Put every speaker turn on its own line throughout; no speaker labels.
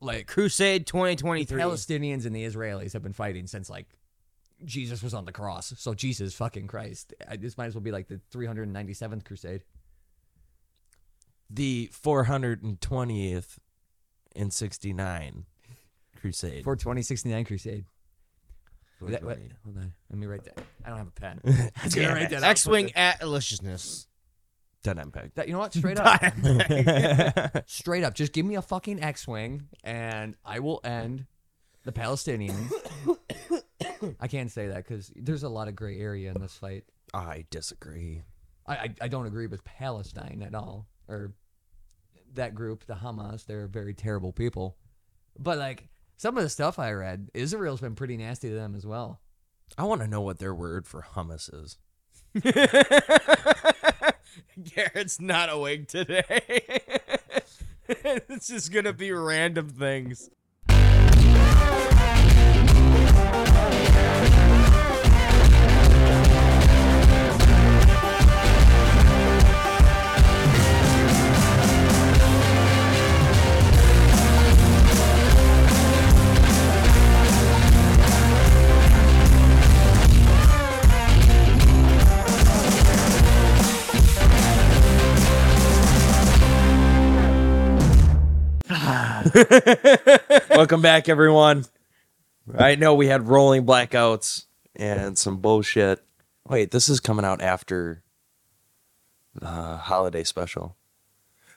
like
Crusade 2023.
Palestinians and the Israelis have been fighting since like Jesus was on the cross. So Jesus fucking Christ, I, this might as well be like the 397th crusade.
the 420th and 69 crusade.
42069 crusade. That- what-
420.
hold on. Let me write that. I don't have a pen. I was gonna write that out.
X-wing atlaciousness.
Done impact.
That, you know what? Straight up. Straight up. Just give me a fucking X Wing and I will end the Palestinians. I can't say that because there's a lot of gray area in this fight.
I disagree.
I, I, I don't agree with Palestine at all, or that group, the Hamas. They're very terrible people. But like some of the stuff I read, Israel's been pretty nasty to them as well.
I want to know what their word for hummus is.
Garrett's not awake today. it's just gonna be random things.
Welcome back, everyone. I know we had rolling blackouts and some bullshit. Wait, this is coming out after the holiday special.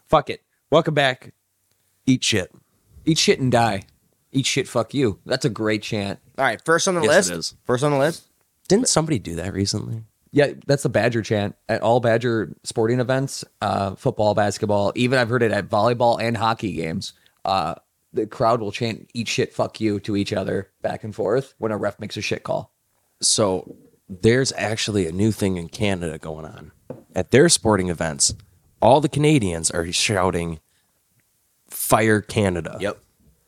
Fuck it. Welcome back. Eat shit.
Eat shit and die. Eat shit, fuck you. That's a great chant.
All right, first on the
Yes,
list.
it is.
First on the list.
Didn't somebody do that recently?
Yeah, that's the Badger chant at all Badger sporting events, uh, football, basketball. Even I've heard it at volleyball and hockey games. Uh, the crowd will chant "Eat shit, fuck you" to each other back and forth when a ref makes a shit call.
So there's actually a new thing in Canada going on. At their sporting events, all the Canadians are shouting Fire Canada.
Yep.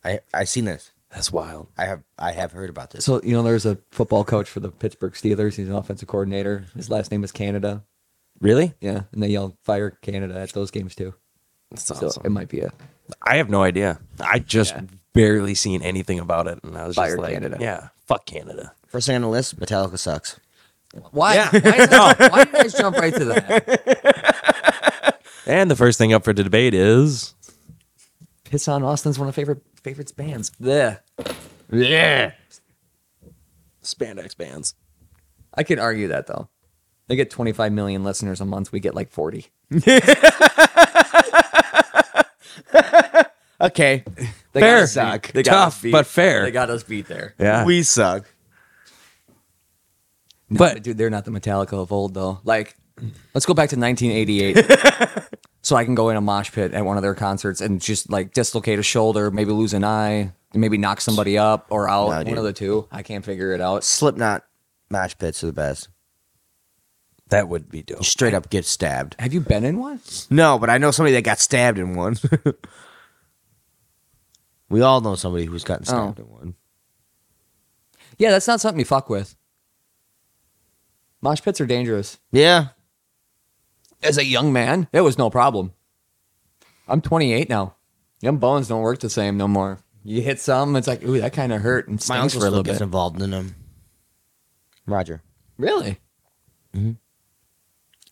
I I seen this.
That's wild.
I have I have heard about this.
So you know, there's a football coach for the Pittsburgh Steelers. He's an offensive coordinator. His last name is Canada.
Really?
Yeah, and they yell "Fire Canada" at those games too.
That's
So
awesome.
it might be a
I have no idea. I just
Yeah.
barely seen anything about it, and I was
Fire
just like,
Canada.
"Yeah, fuck Canada."
First thing on the list, Metallica sucks.
why? Why, is that- why did you guys jump right to that?
And the first thing up for debate is
Piss on Austin's one of favorite favorites bands. Yeah, yeah.
spandex bands.
I could argue that though. They get 25 million listeners a month. We get like 40.
Okay.
They
Fair.
got us beat. They got
Tough,
us beat.
but fair.
They got us beat there.
Yeah,
We suck.
No,
But-
but dude, they're not the Metallica of old though. Like, let's go back to 1988. so I can go in a mosh pit at one of their concerts and just like dislocate a shoulder, maybe lose an eye, maybe knock somebody up or out.
Nah,
one
dude.
of the two. I can't figure it out.
Slipknot match pits are the best.
that would be dope.
Straight up get stabbed.
Have you been in one?
No, but I know somebody that got stabbed in one. we all know somebody who's
Oh.
gotten stabbed in one.
Yeah, that's not something you fuck with. Mosh pits are dangerous.
Yeah.
As a young man, it was no problem. I'm 28 now. Them bones don't work the same no more. You hit some, it's like, ooh, that kind of hurt and
My
stings
uncle
for a
still
little
gets
bit.
involved in them. Roger.
Really?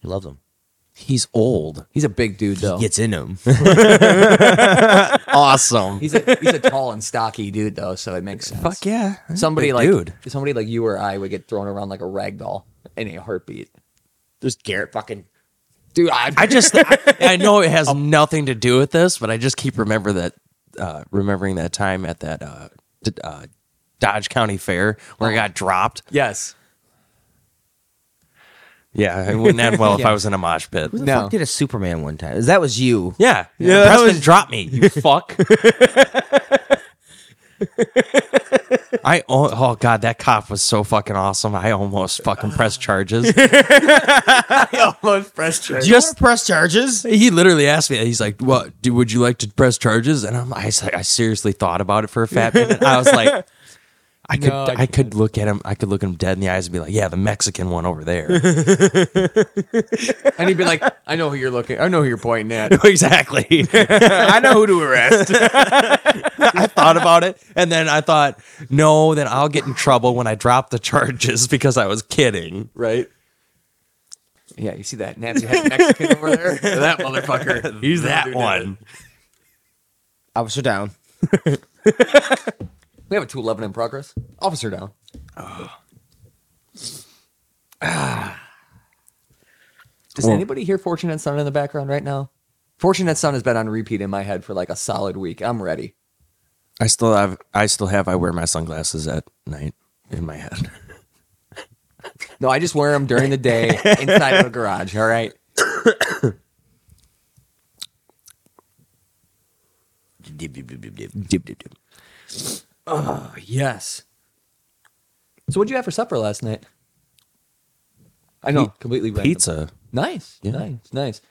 He loves them.
He's old.
He's a big dude though.
Gets in them. awesome.
He's a he's a tall and stocky dude though, so it makes sense.
Fuck yeah,
Somebody
Big
like
dude.
somebody like you or I would get thrown around like a rag doll in a heartbeat.
Just Garrett fucking.
Dude, I,
I just I, I know it has nothing to do with this, but I just keep remember that uh, remembering that time at that uh, d- uh, Dodge County Fair where I got dropped.
yes.
Yeah, it wouldn't end well if I was in a mosh pit.
Who the
No.
fuck did a Superman one time? That was you.
Yeah,
Yeah, that
Preston
was-
dropped me. You fuck. I oh, oh god, that cop was so fucking awesome. I almost fucking pressed charges.
Almost pressed charge.
Just press charges.
he literally asked me. He's like, "What? Do, would you like to press charges?" And I'm, I, s- I seriously thought about it for a fat minute. I was like, I could,
No, I
I, could look at him. I could look him dead in the eyes and be like, "Yeah, the Mexican one over there."
And he'd be like, I know who you're looking I know who you're pointing at.
exactly.
I know who to arrest. I thought
out about it. And then I thought, no, then I'll get in trouble when I drop the charges because I was kidding.
right? Yeah, you see that Nancy had Mexican over there? That motherfucker.
He's that
Dude,
one.
Officer down.
We have a 211 in progress. Officer down.
Ah.
Is
Well-
Ah. anybody hear Fortunate Son in the background right now? Fortunate Son has been on repeat in my head for like a solid week. I'm ready.
I still have I still have I wear my sunglasses at night in my head.
No, I just wear them during the day inside of a garage. All right. Oh, yes. So, what'd you have for supper last night? I know,
Pe-
completely random.
Pizza.
Nice,
Yeah.
nice, nice.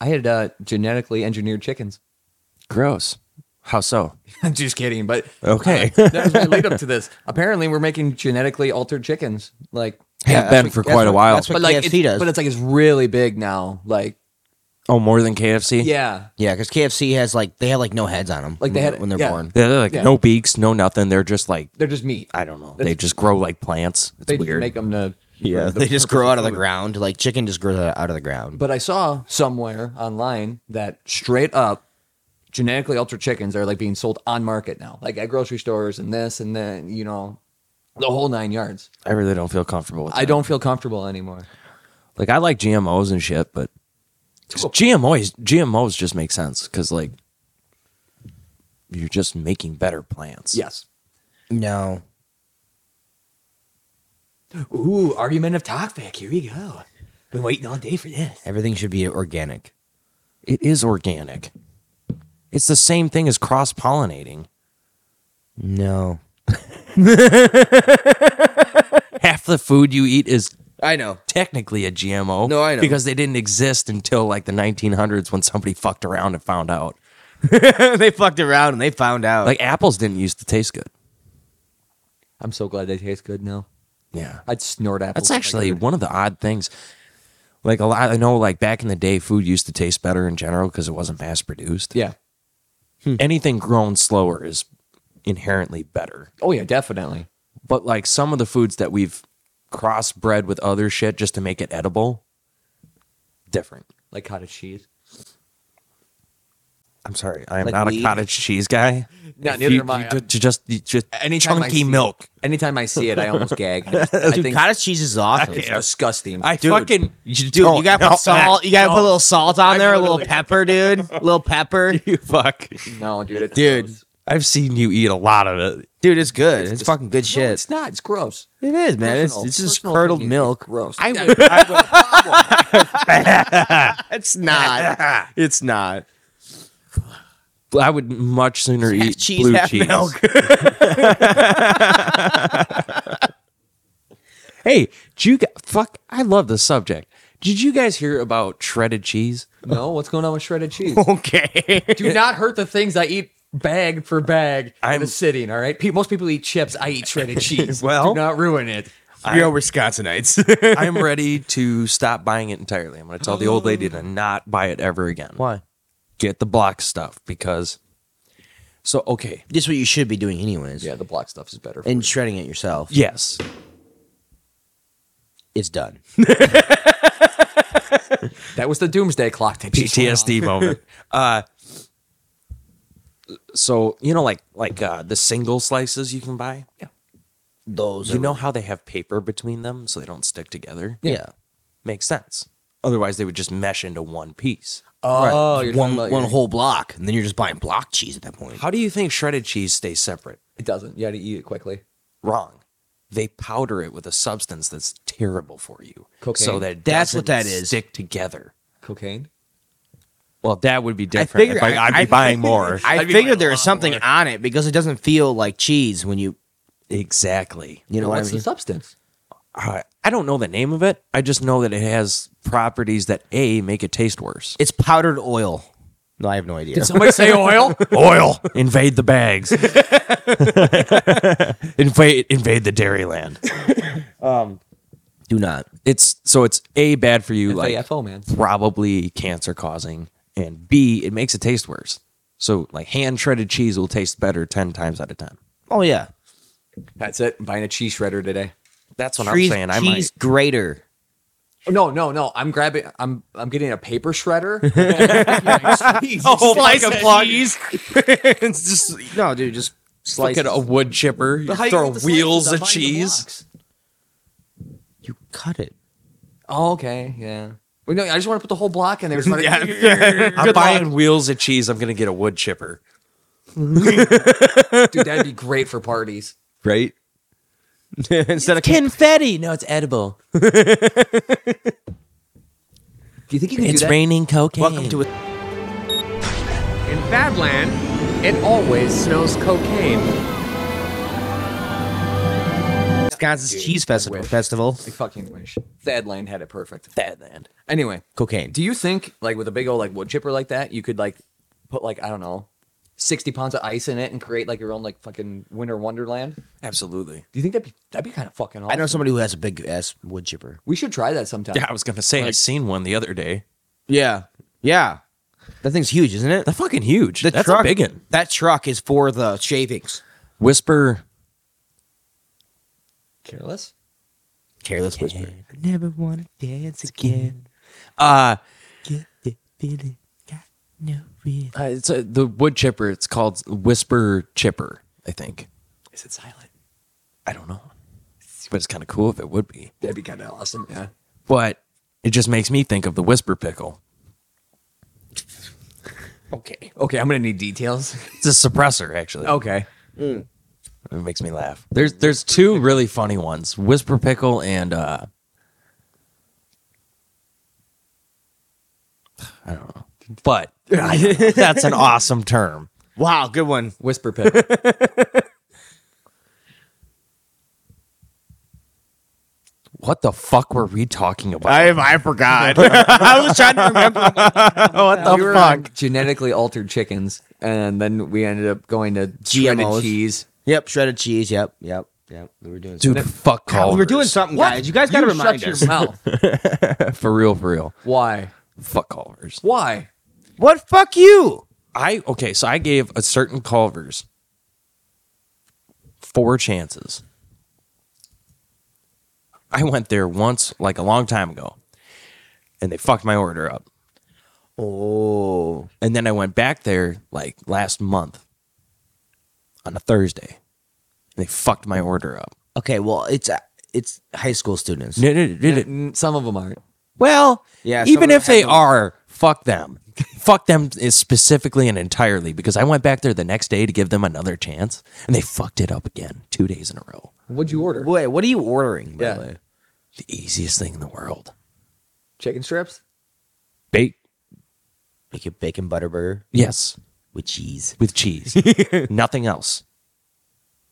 I had uh, genetically engineered chickens.
Gross. How so? Uh,
I'm just kidding, but
Okay.
Uh, that was my lead up to this. Apparently, we're making genetically altered chickens. Like, that's
Have been
what-
for
that's
quite a
what-
while.
But
That's
like,
what
it's,
KFC does.
but it's like it's really big now. Like,
Oh, more than KFC?
yeah,
Yeah, because KFC has like they have like no heads on them.
Like, they had-
when they're
yeah.
born.
They're like
Yeah.
no beaks, no nothing. They're just like
they're just meat.
I don't know.
That's-
They just grow like plants. It's
they just
weird.
make them to.
yeah.
They just grow out of the ground. Like chicken just grows out out of the ground.
But I saw somewhere online that straight up genetically altered chickens are like being sold on market now, like at grocery stores and this and then you know, the whole nine yards.
I really don't feel comfortable with.
I
that.
don't feel comfortable anymore.
like. I like GMOs and shit, but
To a-
GMOs GMOs just make sense because like you're just making better plants.
Yes.
No.
Ooh, argument of talkback. Here we go. Been waiting all day for this.
Everything should be organic.
it is organic. It's the same thing as cross pollinating.
No.
Half the food you eat is
I know.
technically a GMO.
No, I know.
because they didn't exist until like the 1900s when somebody fucked around and found out.
they fucked around and they found out.
Like apples didn't used to taste good.
I'm so glad they taste good now.
Yeah.
I'd snort apples.
That's
if I
actually
could.
one of the odd things. Like a lot, I know. Like back in the day, food used to taste better in general because it wasn't mass produced.
Yeah.
Hmm.
Anything grown slower is inherently better.
Oh yeah, definitely.
But like some of the foods that we've crossbred with other shit just to make it edible, different.
Like cottage cheese.
I'm sorry, I am
Like
not
wheat?
a cottage cheese guy.
Yeah,
If
neither
you,
am I.
you could- you just you just
Anytime I
chunky
see-
milk.
Anytime I see it, I almost gag. I, just- I
Dude,
think
cottage cheese is awesome.
it's disgusting.
I
Dude.
fucking you,
Dude,
don't-
you gotta
no,
put salt. You gotta
no,
put a little salt on
I'm
there, a little
literally-
pepper, dude. A little pepper,
You fuck.
no, dude. It's
Dude.
gross.
I've seen you eat a lot of it.
dude. It's good. It's,
just-
fucking good
No,
shit.
it's not. It's gross.
It is, man. It's,
Personal-
it's just
personal
curdled
opinion, it's
milk.
Gross.
I
Yeah,
would, I would
It's not. it's not.
I would much sooner eat
cheese,
blue
half
cheese.
milk.
hey, did you gu- fuck? I love this subject. Did you guys hear about shredded cheese?
no, what's going on with shredded cheese?
Okay.
Do not hurt the things I eat bag for bag in
I'm-
the sitting. All right. Pe- most people eat chips. I eat shredded cheese.
Well-
do not ruin it.
Real Wisconsinites.
I'm ready to stop buying it entirely. I'm going to tell the old lady to not buy it ever again.
Why?
Get the block stuff because. So okay,
This is what you should be doing, anyways.
Yeah, the block stuff is better. for
And shredding it yourself.
yes,
It's done.
That was the doomsday clock. That just went off.
PTSD moment. Uh, so you know, like like uh, the single slices you can buy.
Those.
You know how they have paper between them so they don't stick together.
Yeah.
Makes sense. Otherwise, they would just mesh into one piece.
Oh, you're
one
talking about
one
your-
whole block, and then you're just buying block cheese at that point.
How do you think shredded cheese stays separate?
It doesn't. You got to eat it quickly.
Wrong. They powder it with a substance that's terrible for you, so
Cocaine.
that it
That's what
doesn't
that is.
Stick together.
Cocaine.
Well, that would be different.
figure-
if I,
I-
would be
I-
buying more.
I
I'd be buying
figured
a
there was
lot
something
more.
on it because it doesn't feel like cheese when you
exactly.
you know
But
what I
what's
mean.
the substance?
I I don't know the name of it. I just know that it has properties that a make it taste worse.
It's powdered oil. No, I have no idea.
Somebody say oil.
Oil invade the bags. invade invade the dairyland.
Do not.
It's so it's a bad for you, like
FAFO, man.
probably cancer causing, and b it makes it taste worse. So like hand shredded cheese will taste better ten times out of ten. Oh yeah,
That's it. I'm buying a cheese shredder today.
that's what
Cheese-
I'm saying. I might
cheese grater.
Oh, No, no, no. I'm grabbing. I'm I'm getting a paper shredder.
oh,
Slice
like a
of
plug.
cheese.
it's just
No, dude, just slice.
look at a wood chipper. You throw wheels of cheese.
You cut it.
Oh, okay, yeah. Well, no, I just want to put the whole block in there. Just wanna-
I'm buying wheels of cheese. I'm gonna get a wood chipper.
Dude, that'd be great for parties.
Right? Instead of
Confetti. No, it's edible.
Do you think you can
it's
do that?
raining cocaine.
Welcome to a
In Badland, it always smells cocaine.
Wisconsin's Cheese Festival.
wish.
Festival.
I fucking wish. Thad Lane had it perfect.
that land.
Anyway,
Cocaine.
do you think like with a big old like wood chipper like that, you could like put like I don't know, sixty pounds of ice in it and create like your own like fucking winter wonderland? Do
Absolutely.
you think that'd be that'd be kind of fucking awesome?
I know somebody who has a big ass wood chipper.
We should try that sometime.
Yeah, I was gonna say I seen one the other day.
Yeah. Yeah. That thing's huge, isn't it?
That fucking huge.
The
That's
truck,
a big one.
That truck is for the shavings.
Whisper.
Careless.
Careless whisper.
never want to dance again.
Uh,
Get the feeling, got no reason.
uh, it's a, the wood chipper. It's called Whisper Chipper, I think.
Is it silent?
I don't know, but it's kind of cool if it would be.
That'd be kind of awesome. Yeah.
But it just makes me think of the Whisper Pickle.
Okay.
Okay, I'm gonna need details.
It's a suppressor, actually.
okay.
It makes me laugh. There's there's two really funny ones: Whisper Pickle and uh, I don't know, but that's an awesome term.
Wow, good one.
Whisper pickle.
What the fuck were we talking about?
I forgot. I was trying to remember.
what
Oh,
the
we were
fuck?
on genetically altered chickens, and then we ended up going to
GMOs.
shredded cheese.
Yep, shredded cheese. Yep, yep, yep. We were doing
Dude, fuck
something.
Culver's.
we were doing something, guys. You guys got to
You
remind
shut
us.
your mouth.
for real, for real.
Why?
Fuck Culver's.
Why?
What? Fuck you.
I okay, so I gave a certain Culver's four chances. I went there once, like a long time ago, and they fucked my order up.
Oh,
And then I went back there like last month on a Thursday, and they fucked my order up.
okay. Well, it's uh, it's high school students.
No, no, no, no, no.
N- Some of them aren't.
Well,
Yeah, some of
even
them
if they
have-
are, fuck them. fuck them is specifically and entirely because I went back there the next day to give them another chance and they fucked it up again two days in a row.
What'd you order?
Wait, what are you ordering? By
Yeah.
the way?
The easiest thing in the world.
Chicken strips?
Bake.
Like a bacon butter burger
Yes,
with cheese.
with cheese. Nothing else.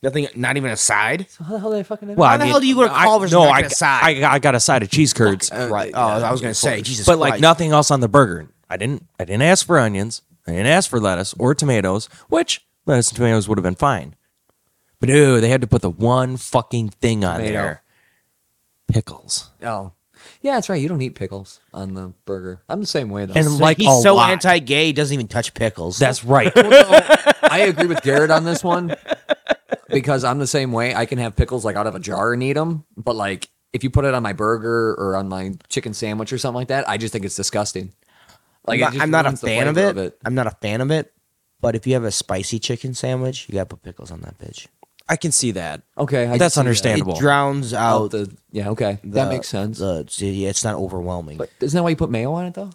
Nothing. Not even a side.
So how the hell did I fucking?
Well,
How
I
the
mean,
hell do you go to
I-
Culver's
No,
and not
I,
get a side?
I, got- I got a side of cheese curds,
right. oh, I was gonna say Jesus.
but like
Christ.
nothing else on the burger. I didn't. I didn't ask for onions. I didn't ask for lettuce or tomatoes. Which lettuce and tomatoes would have been fine. But no, they had to put the one fucking thing on
Tomato.
there. Pickles.
oh, yeah, that's right. You don't eat pickles on the burger. I'm the same way though.
And
So
like
he's
a
so
lot.
anti-gay, he doesn't even touch pickles.
That's right.
I agree with Garrett on this one because I'm the same way. I can have pickles like out of a jar and eat them, but like if you put it on my burger or on my chicken sandwich or something like that, I just think it's disgusting.
I'm
it
not,
just
I'm not a
ruins the
fan of
flavor
it. I'm not a fan of it. But if you have a spicy chicken sandwich, you gotta put pickles on that bitch.
I can see that.
Okay, I
That's
can see that.
understandable.
It drowns
out
out
the yeah okay
the-
that makes sense
the- yeah, it's not overwhelming.
but isn't that why you put mayo on it though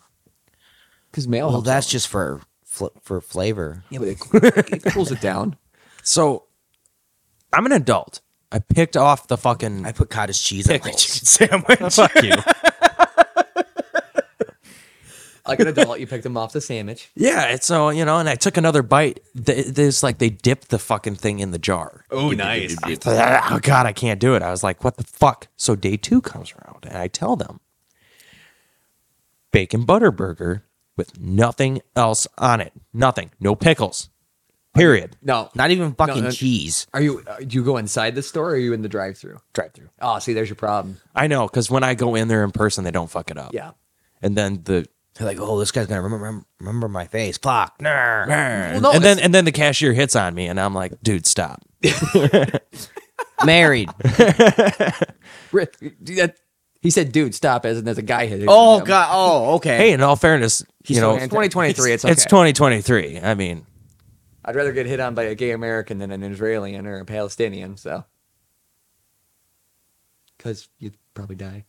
because mayo
well,
helps
that's
out.
just for fl- for flavor.
yeah but it, cool- it cools it down
So I'm an adult. I picked off the fucking.
I put cottage cheese on my
Pickles.
chicken sandwich.
fuck you.
like an adult you pick them off the sandwich
Yeah, it's so you know, and I took another bite. Th- There's like they dipped the fucking thing in the jar.
oh nice
I thought, oh god i can't do it i was like what the fuck so day two comes around and i tell them bacon butter burger with nothing else on it nothing no pickles period
no
not even fucking
no.
cheese.
are you uh, do you go inside the store or are you in the drive-through
drive through
oh see there's your problem
i know because when i go in there in person they don't fuck it up
yeah
and then the
They're like, oh, this guy's gonna remember remember my face. Fuck. Nah.
no,
and then and then the cashier hits on me, and I'm like, dude, stop.
Married.
Ri- that- He said, "Dude, stop!" As and as a guy hit.
oh god. Oh, okay.
Hey, in all fairness, you know,
it's 2023. It's, okay.
it's 2023. I mean,
I'd rather get hit on by a gay American than an Israeli or a Palestinian. So, because you'd probably die.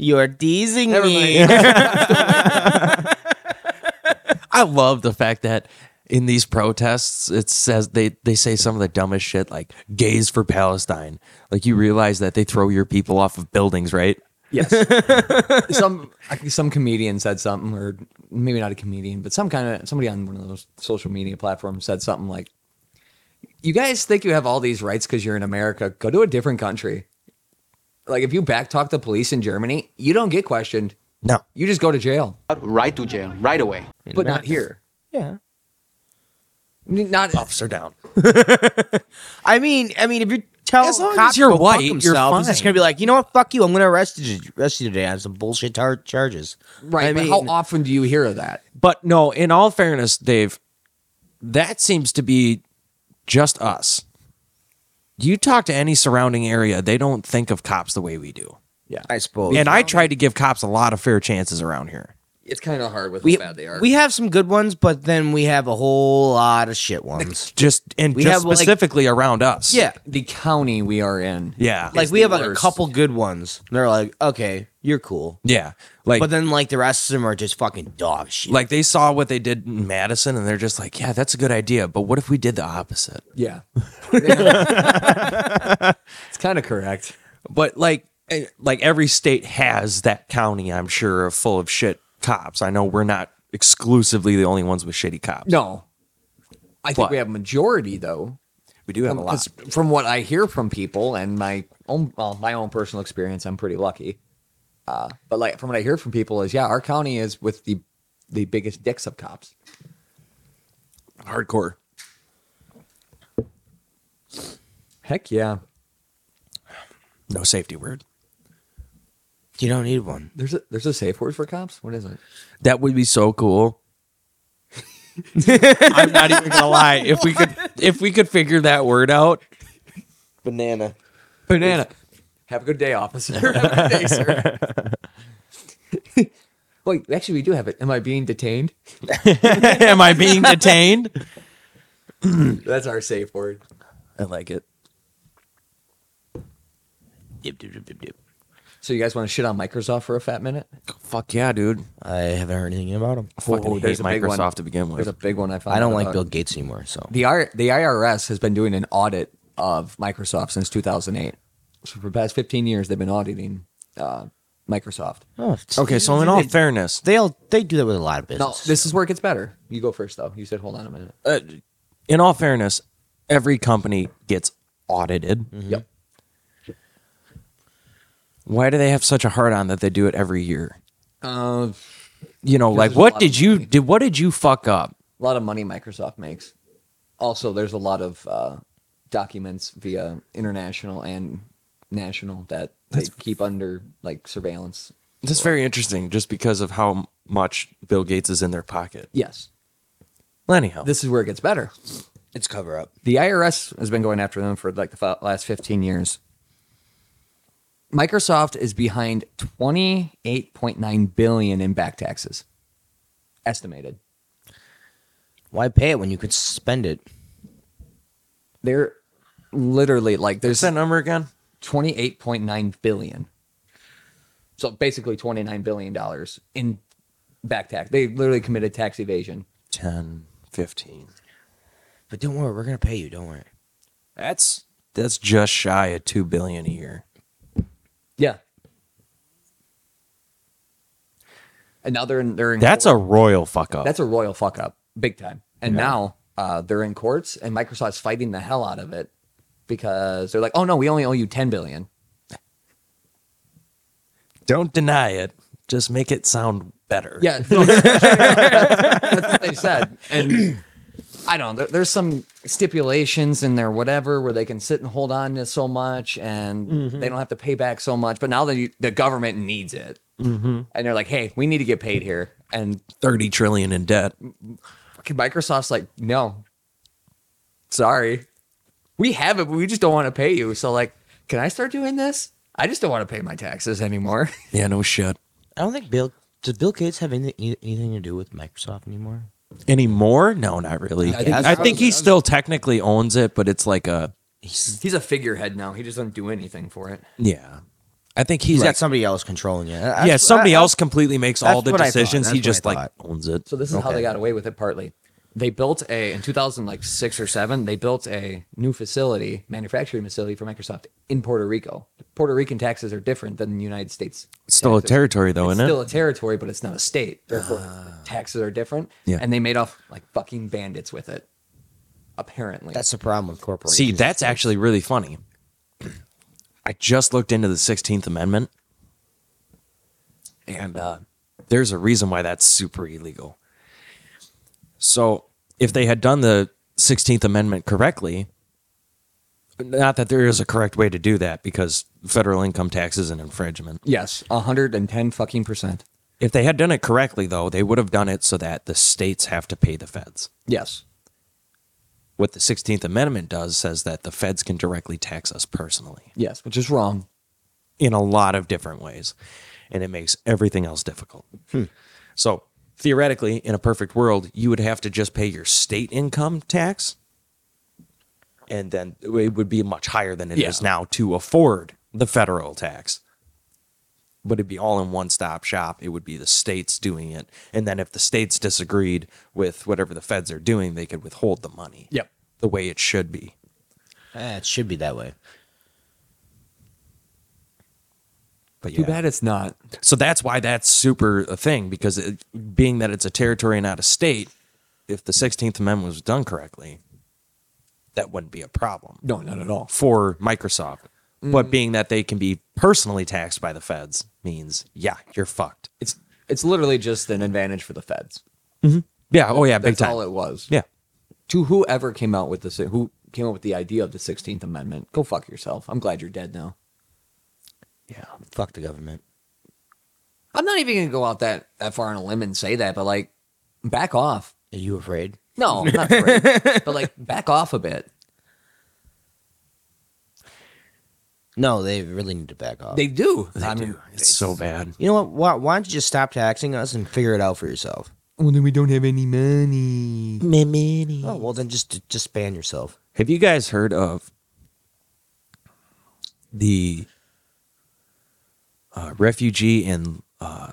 You're teasing
Never
me.
I love the fact that in these protests, it says they, they say some of the dumbest shit like gays for Palestine. Like you realize that they throw your people off of buildings, right?
Yes. some I think some comedian said something, or maybe not a comedian, but some kind of somebody on one of those social media platforms said something like, "You guys think you have all these rights because you're in America? Go to a different country. Like if you backtalk the police in Germany, you don't get questioned.
No.
You just go to jail,
right to jail right away.
but not here.
Yeah.
I mean, Not
Officer down.
I mean, I mean, if you tell
As long
cops
as you're
to go fuck
white, you're
themselves, he's just
fine.
gonna be like, you know what? Fuck you. I'm gonna arrest you, arrest you today on some bullshit tar- charges.
right.
I
but
mean,
how often do you hear of that?
But no, in all fairness, Dave, that seems to be just us. You talk to any surrounding area, they don't think of cops the way we do.
I suppose.
And I try to give cops a lot of fair chances around here.
It's kind of hard with how bad they are.
we have some good ones, but then we have a whole lot of shit ones.
Just and
We
just
have, like-
specifically around us.
yeah.
the county we are in.
Yeah.
Like
It's
we
the
have like a
worst.
couple good ones. And they're like, okay, you're cool.
yeah. Like
But then like the rest of them are just fucking dog shit.
like they saw what they did in Madison and they're just like, yeah, that's a good idea, but what if we did the opposite?
Yeah. it's kind of correct.
But like eh, like every state has that county, I'm sure, of full of shit cops. I know we're not exclusively the only ones with shitty cops.
No. I think
What?
we have majority though.
we do have a lot.
Because from what I hear from people and my own well, my own personal experience, I'm pretty lucky. Uh, but like from what I hear from people is yeah, our county is with the the biggest dicks of cops.
Hardcore.
Heck yeah.
No safety word.
you don't need one.
There's a there's a safe word for cops? What is it?
That would be so cool. I'm not even gonna lie. If we could if we could figure that word out.
Banana.
Banana. Have a good day, officer. Have a good day, sir. Wait, actually we do have it. Am I being detained?
Am I being detained?
That's our safe word.
I like it.
Dip, dip, dip, dip, dip.
So you guys want to shit on Microsoft for a fat minute?
Fuck yeah, dude.
I haven't heard anything about them.
Fucking
Oh,
hate
there's a big one.
Microsoft to begin
There's
with.
a big one I found.
I don't
out
like
about.
Bill Gates anymore, so
The I- the IRS has been doing an audit of Microsoft since 2008. So for the past 15 years, they've been auditing uh, Microsoft.
Oh, it's-
Okay, so in all fairness,
they'll they do that with a lot of
No,
businesses.
this is where it gets better. You go first, though. You said, "Hold on a minute."
uh, in all fairness, every company gets audited.
Yep.
Why do they have such a hard on that they do it every year?
Uh, a
You know, like
there's a lot
what
of
did you
money.
did what did you fuck up?
lot of money Microsoft makes. Also, there's a lot of uh, documents via international and national that they keep under like surveillance.
That's very interesting just because of how m- much Bill Gates is in their pocket.
Yes,
Well, anyhow.
this is where it gets better.
it's cover up.
the IRS has been going after them for like the fa- last 15 years. Microsoft is behind 28.9 billion in back taxes estimated.
Why pay it when you could spend it?
They're literally like
What's
there's
that number again?
28.9 billion. So basically 29 billion dollars in back tax. They literally committed tax evasion.
10, 15.
But don't worry, we're gonna pay you. Don't worry.
That's that's just shy of 2 billion a year.
Mm-hmm. Yeah. And now they're in they're in
That's a royal fuck up.
That's a royal fuck up, big time. And now uh, they're in courts, and Microsoft's fighting the hell out of it because they're like, "Oh no, we only owe you ten billion.
Don't deny it. Just make it sound better.
Yeah, that's what they said. And I don't. There, there's some stipulations in there, whatever, where they can sit and Mm-hmm. hold on to so much, and they don't have to pay back so much. But now the the government needs it. and they're like, "Hey, we need to get paid here." And
30 trillion in debt.
fucking Microsoft's like, "No, sorry, we have it, but we just don't want to pay you." So like, can I start doing this? I just don't want to pay my taxes anymore.
Yeah, no shit.
I don't think Bill does Bill Gates have any, anything to do with Microsoft anymore.
Anymore? No, not really. I
think he's-
think, he still technically owns it, but it's like a
He's a figurehead now. He just doesn't do anything for it.
yeah. I think he's
He's
like,
got somebody else controlling you.
yeah. Somebody else completely makes all
that's
the
what I thought.
decisions.
That's
He
what
just
I
like
thought.
owns it.
So this is how
Okay.
they got away with it partly. They built a in 2006 or 7, they built a new facility, manufacturing facility for Microsoft in Puerto Rico. Puerto Rican taxes are different than the United States.
It's still a territory though,
It's
isn't
still
it? Ah.
a territory, but it's not a state. Therefore, the taxes are different.
Yeah.
And they made off like fucking bandits with it. Apparently.
That's the problem with corporations.
See, that's actually really funny. I just looked into the 16th Amendment, and uh, there's a reason why that's super illegal. So, if they had done the 16th Amendment correctly, not that there is a correct way to do that because federal income tax is an infringement.
yes, 110 fucking percent.
If they had done it correctly, though, they would have done it so that the states have to pay the feds.
Yes.
What the 16th Amendment does says that the feds can directly tax us personally.
Yes, which is wrong.
in a lot of different ways and it makes everything else difficult.
Hmm.
So, theoretically, in a perfect world, you would have to just pay your state income tax and then it would be much higher than it is
Yeah.
now to afford the federal tax. But it'd be all in one stop shop. It would be the states doing it. And then if the states disagreed with whatever the feds are doing, they could withhold the money.
Yep.
The way it should be.
Eh, it should be that way.
But
Too
yeah.
bad it's not.
So that's why that's super a thing because it, being that it's a territory, not a state, if the 16th Amendment was done correctly, that wouldn't be a problem
No, not at all.
for Microsoft.
Mm.
But being that they can be personally taxed by the feds means, yeah, you're fucked.
It's it's literally just an advantage for the feds.
Yeah. Oh, yeah. Big
That's
time.
all it was.
yeah.
to whoever came out with this who came up with the idea of the 16th amendment go fuck yourself i'm glad you're dead now
Yeah.
Fuck the government.
i'm not even gonna go out that that far on a limb and say that but like back off
Are you afraid?
no I'm not afraid. but like back off a bit
No, they really need to back off.
they do
They do. It's, so bad.
you know what? Why, why don't you just stop taxing us and figure it out for yourself?
well then we don't have any money
Oh well, then just just ban yourself.
Have you guys heard of the uh, refugee and uh,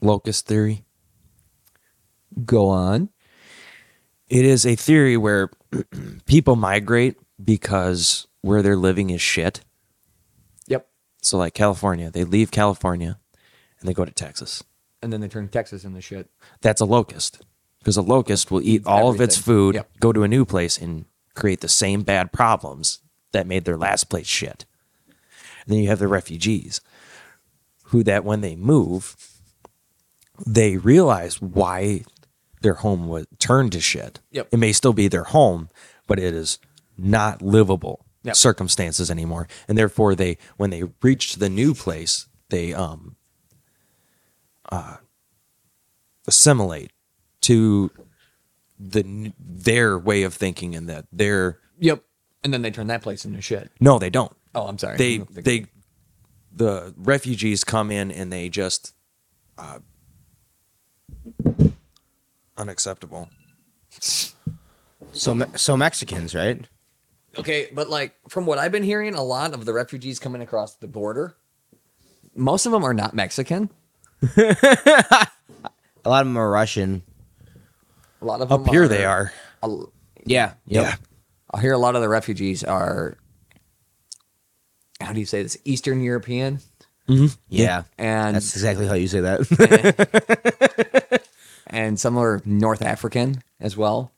locust theory?
go on
It is a theory where people migrate because where they're living is shit.
yep
So, like California, they leave California and they go to Texas.
and then they turn texas into shit
That's a locust because a locust will eat all of its
Everything.
food,
Yep.
go to a new place, and create the same bad problems that made their last place shit. And then you have the refugees who, that when they move, they realize why their home was turned to shit.
Yep.
It may still be their home, but it is not livable
Yep.
circumstances anymore. And therefore they when they reached the new place, they um uh assimilate to the n- their way of thinking and that their
yep and then they turn that place into shit
no, they don't
oh i'm sorry
they they the refugees come in and they just uh, unacceptable.
So Me- so Mexicans, right?
Okay, but like from what I've been hearing, a lot of the refugees coming across the border, most of them are not Mexican.
A lot of them are Russian.
A lot of
Up
them
here they are.
a-
Yeah,
Yeah.
I hear a lot of the refugees are. How do you say this? Eastern European
yeah.
and
That's exactly how you say that.
and some are North African as well.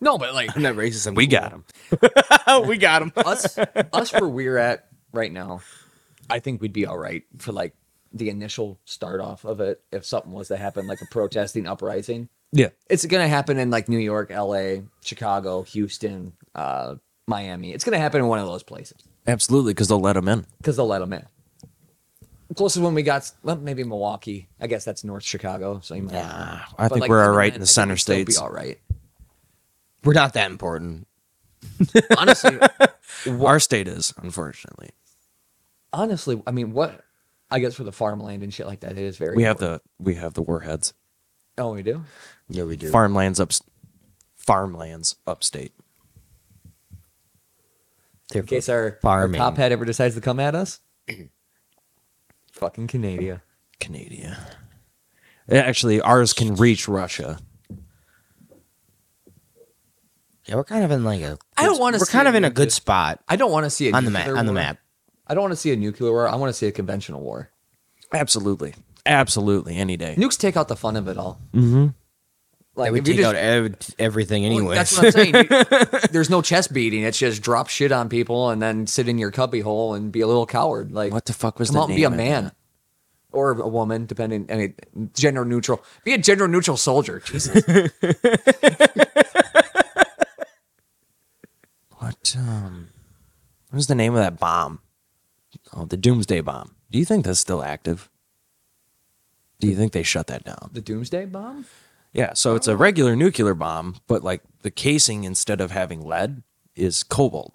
No, but like
I'm not racist. I'm
We
cool.
got them.
Oh, we got him.
us, us where we're at right now, I think we'd be all right for like the initial start off of it. If something was to happen, like a protesting uprising,
Yeah.
it's gonna happen in like New York, L.A., Chicago, Houston, uh, Miami. It's gonna happen in one of those places
Absolutely, because they'll let them in.
because they'll let them in. closest one we got, well, maybe Milwaukee. I guess that's North Chicago. So you might.
Nah,
I
But,
think
like,
we're
other
all
than
right
that,
in
I
the
think
center
we'd still
states.
Be all right.
We're not that important.
Honestly,
Our state is, unfortunately.
honestly, I mean, what? I guess for the farmland and shit like that, it is very.
We have the we have the warheads.
the. Oh, we do.
Yeah, we do.
Farmlands up farmlands upstate.
In case our, our
Farming.
top hat ever decides to come at us. Fucking Canada.
Canada. Actually, ours can reach Russia.
yeah, we're kind of in like a.
I don't wanna
We're
see
kind of in a
it.
good spot
I don't want to see a
on the map.
nuclear
On the
war.
map.
I don't want to see a nuclear war. I want to see a conventional war.
Absolutely. Absolutely. Any day.
Nukes take out the fun of it all.
Mm-hmm.
Like
we
if you
take
just-
out ev- everything
Well,
anyway.
That's what I'm saying. You- There's no chest beating. It's just drop shit on people and then sit in your cubby hole and be a little coward. Like
What the fuck was
come
the
out and be a
name of
man or a woman, depending. I mean, gender neutral. Be a gender neutral soldier. Jesus.
What um what was the name of that bomb? Oh, the Doomsday bomb. Do you think that's still active? Do you think they shut that down?
the doomsday bomb.
Yeah, so
Oh.
it's a regular nuclear bomb, but like the casing instead of having lead is cobalt.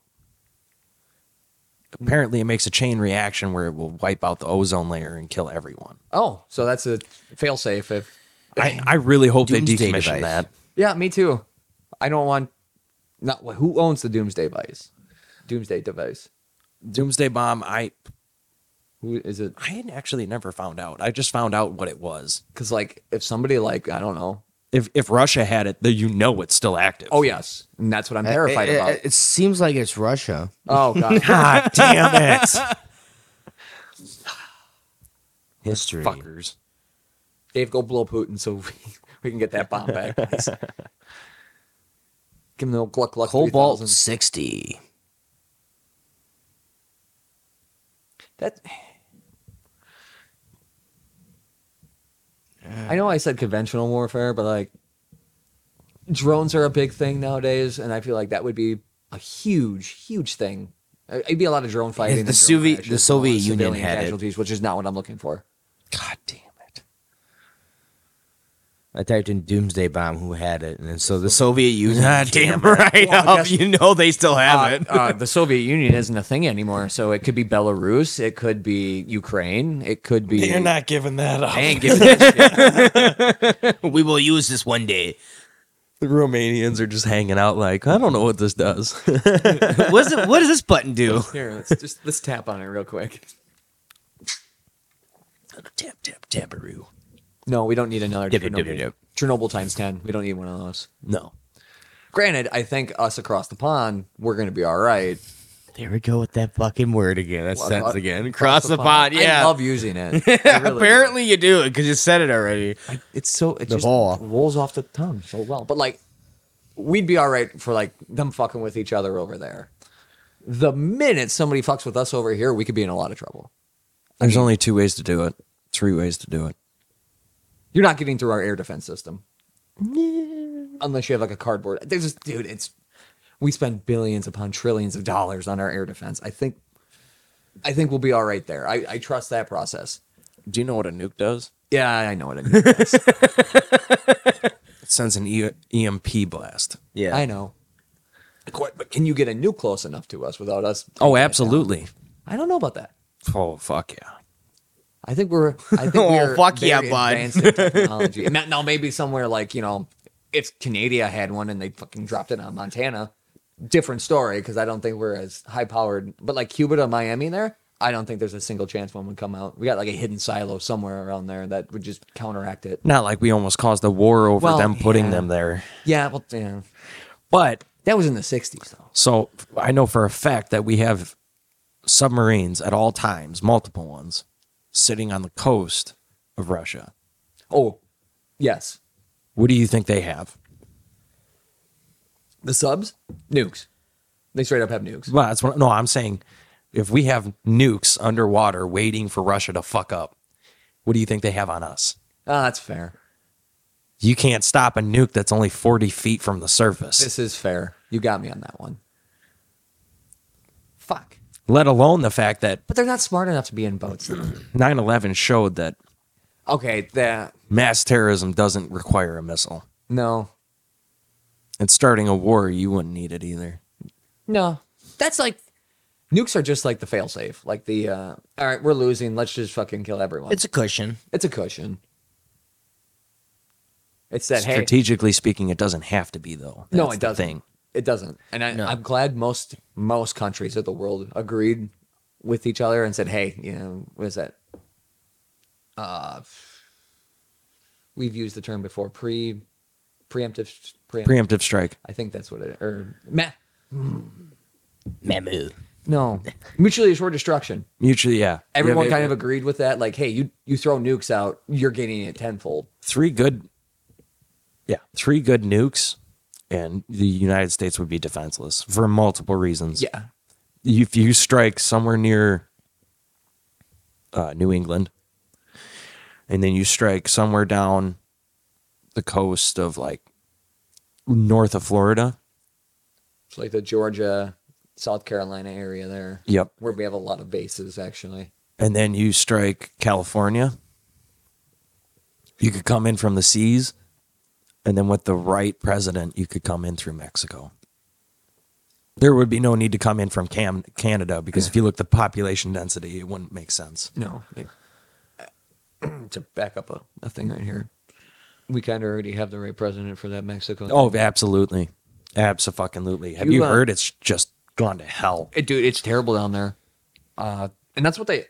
Apparently it makes a chain reaction where it will wipe out the ozone layer and kill everyone.
Oh, so that's a failsafe. If
I, I really hope
Doomsday
they decommission
device.
that.
yeah, me too. I don't want. Not who owns the doomsday device. Doomsday device.
Doomsday bomb, I
Who is it?
I had actually never found out. I just found out what it was.
Because like, if somebody like I don't know.
If if Russia had it, then you know it's still active.
Oh yes, and that's what I'm terrified
it, it-
about.
It, seems like it's Russia.
oh god.
God damn it.
History.
Fuckers.
Dave, go blow Putin so we, we can get that bomb back. please. Give him the old gluck gluck.
Cobalt
3000.
sixty.
That. I know I said conventional warfare, but like drones are a big thing nowadays, and I feel like that would be a huge, huge thing. Uh, It'd be a lot of drone fighting.
the
and drone
Soviet-
crashes
the
and all
Soviet
the
Union
civilian
had it.
casualties, which is not what I'm looking for.
God damn it.
I typed in doomsday bomb. Who had it? And then so the Soviet Union. Ah, damn
right Well, I up. guess-
You know they still have
Uh, uh, the Soviet Union isn't a thing anymore, so it could be Belarus, it could be Ukraine, it could be.
You're not giving that up.
I ain't giving that shit. uh,
we will use this one day.
The Romanians are just hanging out like, I don't know what this does.
What's it, what does this button do?
Here, let's just let's tap on it real quick.
tap tap taparoo.
No, we don't need another
Dip, dip, dip,
Chernobyl.
dip.
Chernobyl times ten. We don't need one of those.
no.
Granted, I think us across the pond, we're gonna be all right.
There we go with that fucking word again. That
Well,
sentence
across-
again. Cross, the pond.
I
Yeah.
love using it. I really do.
Apparently you do it because you said it already.
it's so it
The
just
ball.
rolls off the tongue so well. But like, we'd be all right for like them fucking with each other over there. The minute somebody fucks with us over here, we could be in a lot of trouble.
There's only two ways to do it. Three ways to do it.
You're not getting through our air defense system. Unless you have like a cardboard. There's just, dude, it's we spend billions upon trillions of dollars on our air defense. I think I think we'll be all right there. I, I trust that process.
Do you know what a nuke does?
Yeah, I know what I mean.
It sends an e- EMP blast.
Yeah.
I know. Qu- But can you get a nuke close enough to us without us?
Oh, absolutely.
I don't know about that.
Oh, fuck yeah.
I think we're. I think
Oh,
we're
fuck yeah,
very
bud.
advanced in technology. And that- now maybe somewhere like you know, if Canada had one and they fucking dropped it on Montana, different story because I don't think we're as high powered. But like Cuba to Miami, there, I don't think there's a single chance one would come out. We got like a hidden silo somewhere around there that would just counteract it.
Not like we almost caused a war over
Well,
them putting
yeah.
them there.
Yeah, well, yeah.
But
that was in the '60s though.
So I know for a fact that we have submarines at all times, multiple ones, sitting on the coast of Russia.
Oh, yes,
What do you think they have?
the subs, nukes. They straight up have nukes.
Well, that's what. No, I'm saying if we have nukes underwater waiting for Russia to fuck up, what do you think they have on us?
Ah, that's fair.
You can't stop a nuke that's only 40 feet from the surface.
This is fair. You got me on that one. Fuck.
let alone the fact that
But they're not smart enough to be in boats.
9 11 showed that
okay, that
mass terrorism doesn't require a missile.
no,
And starting a war, you wouldn't need it either.
no. That's like nukes are just like the failsafe. Like the uh, all right, we're losing. Let's just fucking kill everyone.
It's a cushion.
It's a cushion. It's that hey,
Strategically speaking, it doesn't have to be, though.
no,
That's
it
the
doesn't.
thing.
It doesn't. And I, I'm glad most most countries of the world agreed with each other and said, "Hey, you know, what is that?" Uh, we've used the term before. Pre, preemptive, preemptive.
Preemptive strike.
I think that's what it or meh.
Mamu.
No, mutually assured destruction.
Mutually, yeah.
Everyone
Yeah,
kind of agreed with that. Like, hey, you you throw nukes out, you're getting it tenfold.
three good yeah three good nukes and the united states would be defenseless for multiple reasons
Yeah,
if you strike somewhere near uh, new england and then you strike somewhere down the coast of like north of florida
it's like the Georgia, South Carolina area there,
yep
where we have a lot of bases actually.
and then you strike california you could come in from the seas and then with the right president, you could come in through Mexico. There would be no need to come in from Cam- Canada because if you look at the population density, it wouldn't make sense.
No. like, to back up a, a thing right here, we kind of already have the right president for that Mexico.
Oh, absolutely, absolutely. Have you,
You, uh,
heard? It's just gone to hell.
It- dude, it's terrible down there. Uh, and that's what they,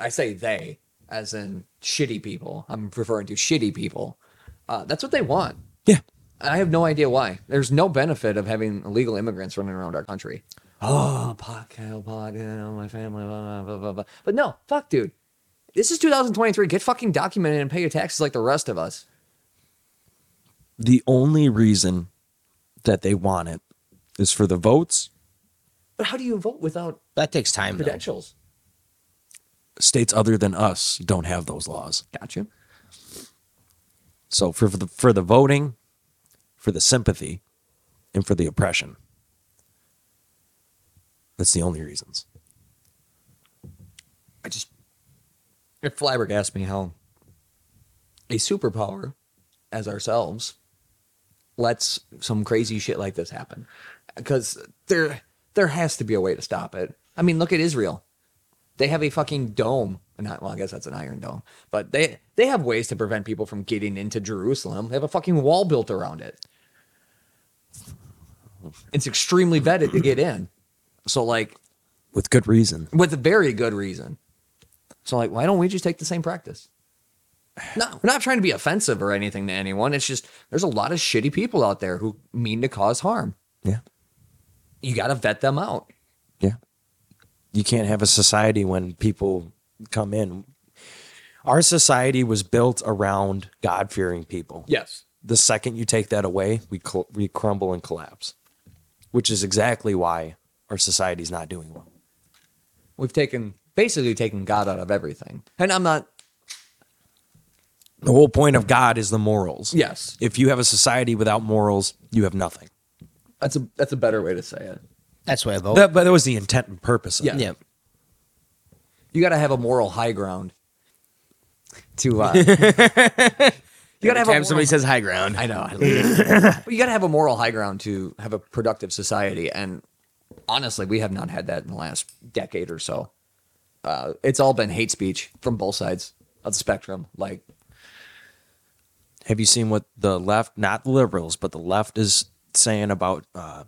I say they, as in shitty people. I'm referring to shitty people. Uh, that's what they want.
Yeah.
And I have no idea why. There's no benefit of having illegal immigrants running around our country. Oh, pot, cow, pot, you know, my family, blah, blah, blah, blah, blah. But no, fuck, dude. This is 2023. Get fucking documented and pay your taxes like the rest of us.
The only reason that they want it is for the votes.
But how do you vote without
That takes time. Though.
credentials?
States other than us don't have those laws.
Gotcha.
So for, for the for the voting, for the sympathy, and for the oppression. That's the only reasons.
I just it flabbergasts me how a superpower as ourselves lets some crazy shit like this happen because there there has to be a way to stop it. I mean, look at Israel. They have a fucking dome. Not well, I guess that's an iron dome, but they they have ways to prevent people from getting into Jerusalem. They have a fucking wall built around it. It's extremely vetted to get in. So like
With good reason.
with a very good reason. So, like, why don't we just take the same practice? No, we're not trying to be offensive or anything to anyone. It's just there's a lot of shitty people out there who mean to cause harm.
Yeah.
You got to vet them out.
Yeah. You can't have a society when people come in. Our society was built around God fearing people.
Yes.
The second you take that away, we, cl- we crumble and collapse, which is exactly why our society's not doing well.
We've taken basically taken God out of everything. And I'm not,
The whole point of God is the morals.
yes,
If you have a society without morals, you have nothing.
that's a, that's a better way to say it.
That's why I vote.
That, but that was the intent and purpose of
Yeah.
it.
yeah.
You got to have a moral high ground to, uh, you got to have a
Anytime
moral
somebody says high ground,
I know. I love it. but you got to have a moral high ground to have a productive society. And honestly, we have not had that in the last decade or so. Uh, it's all been hate speech from both sides of the spectrum. Like,
Have you seen what the left, not the liberals, but the left is saying about uh,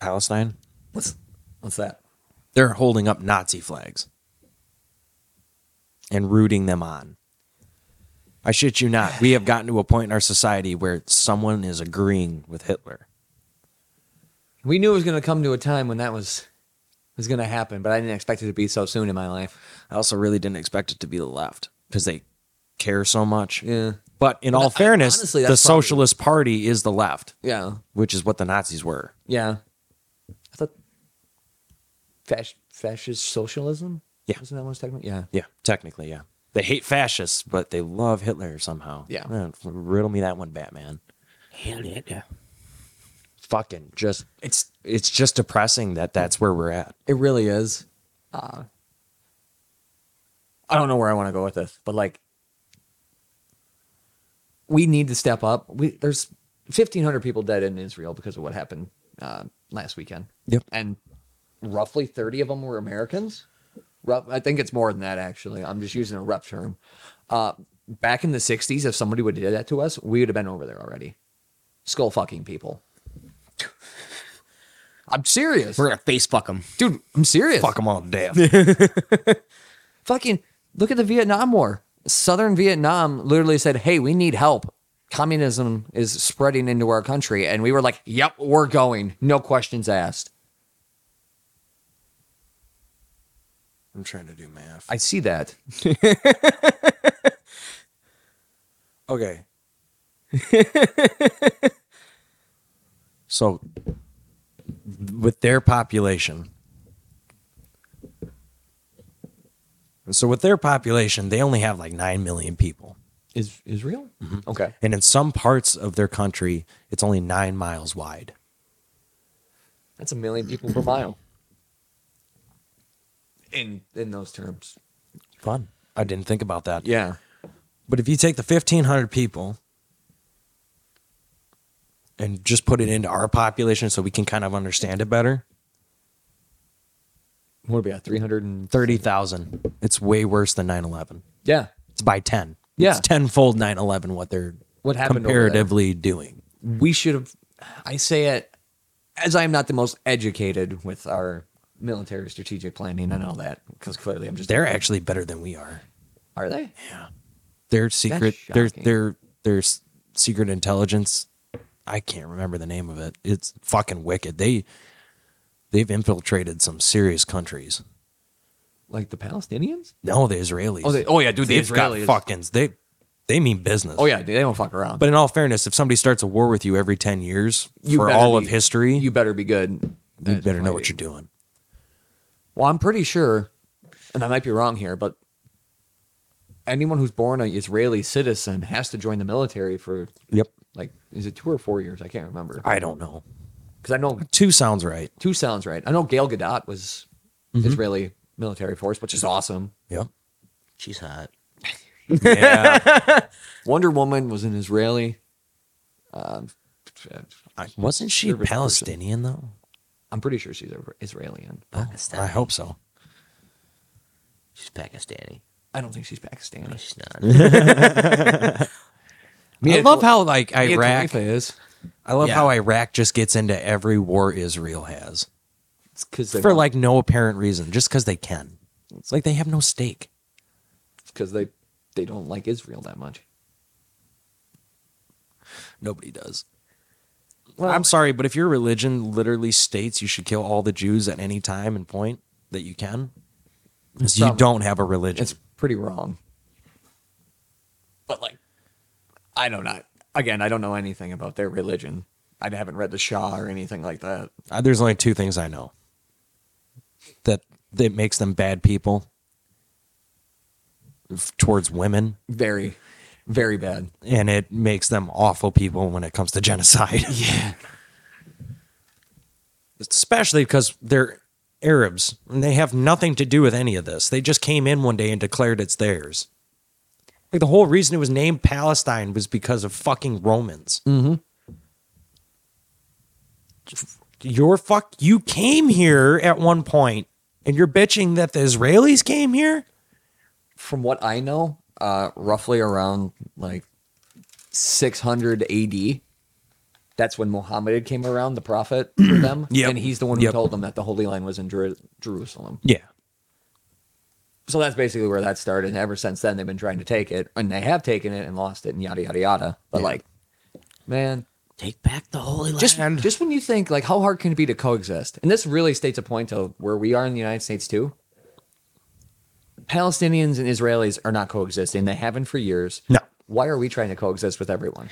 Palestine?
what's what's that?
They're holding up Nazi flags and rooting them on. I shit you not. We have gotten to a point in our society where someone is agreeing with Hitler.
We knew it was going to come to a time when that was was going to happen, but I didn't expect it to be so soon in my life.
I also really didn't expect it to be the left because they care so much.
Yeah,
But in all
I-
fairness,
honestly,
the
that's probably-
Socialist Party is the left,
yeah,
which is what the Nazis were.
yeah. I thought fas- fascist socialism.
Yeah.
wasn't that what I was talking about? Yeah,
Yeah, technically, yeah. They hate fascists, but they love Hitler somehow.
Yeah.
Eh, riddle me that one, Batman.
Hell yeah.
fucking just it's it's just depressing that that's where we're at.
It really is. Uh, I don't know where I want to go with this, but like, we need to step up. We there's 1,500 people dead in Israel because of what happened uh, last weekend.
Yep.
and roughly 30 of them were Americans. Rough, I think it's more than that actually. I'm just using a rough term. Uh, back in the 60s, if somebody would have did that to us, we would have been over there already. Skull fucking people. I'm serious
We're gonna face fuck them.
dude. I'm serious.
Fuck them all to death.
Fucking look at the Vietnam War. Southern Vietnam literally said, "Hey, we need help. Communism is spreading into our country," and we were like, "Yep, we're going. No questions asked."
I'm trying to do math.
I see that.
okay. so with their population. So with their population, they only have like 9 million people.
Is Israel? Mm-hmm. Okay.
And in some parts of their country, it's only 9 miles wide.
That's a million people per mile. In in those terms.
Fun. I didn't think about that.
Yeah.
But if you take the 1,500 people and just put it into our population so we can kind of understand it better,
What would be at 330?
30,000. It's way worse than 9 11.
Yeah.
It's by 10.
Yeah.
It's tenfold 9 11 what they're
What happened over there.
comparatively doing.
we should have i say it as i'm not the most educated with our military strategic planning and all that because clearly i'm just
They're actually better than we are.
are they
Their secret, their,
shocking.
their, their s- secret intelligence, I can't remember the name of it. It's fucking wicked. They, they've infiltrated some serious countries.
like the palestinians
No, the Israelis.
oh they oh yeah dude the
they've got
israelis
fuckings. They they mean business.
oh yeah dude, they don't fuck around
But in all fairness, if somebody starts a war with you every ten years
You
for
better
all
be-
of history,
you
you,
better be good
better know what you're doing.
well i'm pretty sure and i might be wrong here but anyone who's born an israeli citizen has to join the military for
Yep.
like is it two or four years i can't remember
I don't know.
because i know
Two sounds right.
two sounds right i know gail gadot was israeli military force which is awesome
Yep.
She's hot.
Yeah.
Wonder Woman was an Israeli. Um,
I- wasn't she
Service person.
Palestinian though?
I'm pretty sure she's a- Israeli. and-
I hope so.
She's Pakistani.
I don't think she's Pakistani.
She's not.
I love how like
Mia
Iraq.
Khalifa is.
I love
Yeah.
how Iraq just gets into every war Israel has
It's because they
for like no apparent reason, just because they can. It's like they have no stake.
because they they don't like Israel that much.
Nobody does.
Well-
I'm sorry, but if your religion literally states you should kill all the Jews at any time and point that you can, you
dumb.
don't have a religion.
It's pretty wrong. But like, I don't know. Again, I don't know anything about their religion. I haven't read the Shah or anything like that.
Uh, there's only two things I know that that makes them bad people f- towards women,
Very, very bad.
and it makes them awful people when it comes to genocide. Yeah, especially because they're Arabs and they have nothing to do with any of this. They just came in one day and declared it's theirs. Like the whole reason it was named Palestine was because of fucking Romans. Mm-hmm. Your fuck, you came here at one point, and you're bitching that the Israelis came here.
from what I know, uh, roughly around like 600 AD, that's when Muhammad came around, the prophet for them.
Yep.
And he's the one who
Yep.
told them that the Holy Land was in Jeru- Jerusalem.
Yeah,
So that's basically where that started. And ever since then, they've been trying to take it, and they have taken it and lost it, and yada, yada, yada. But like, man,
Take back the holy land.
just just when you think like how hard can it be to coexist and this really states a point of where we are in the united states too palestinians and israelis are not coexisting they haven't for years
No.
why are we trying to coexist with everyone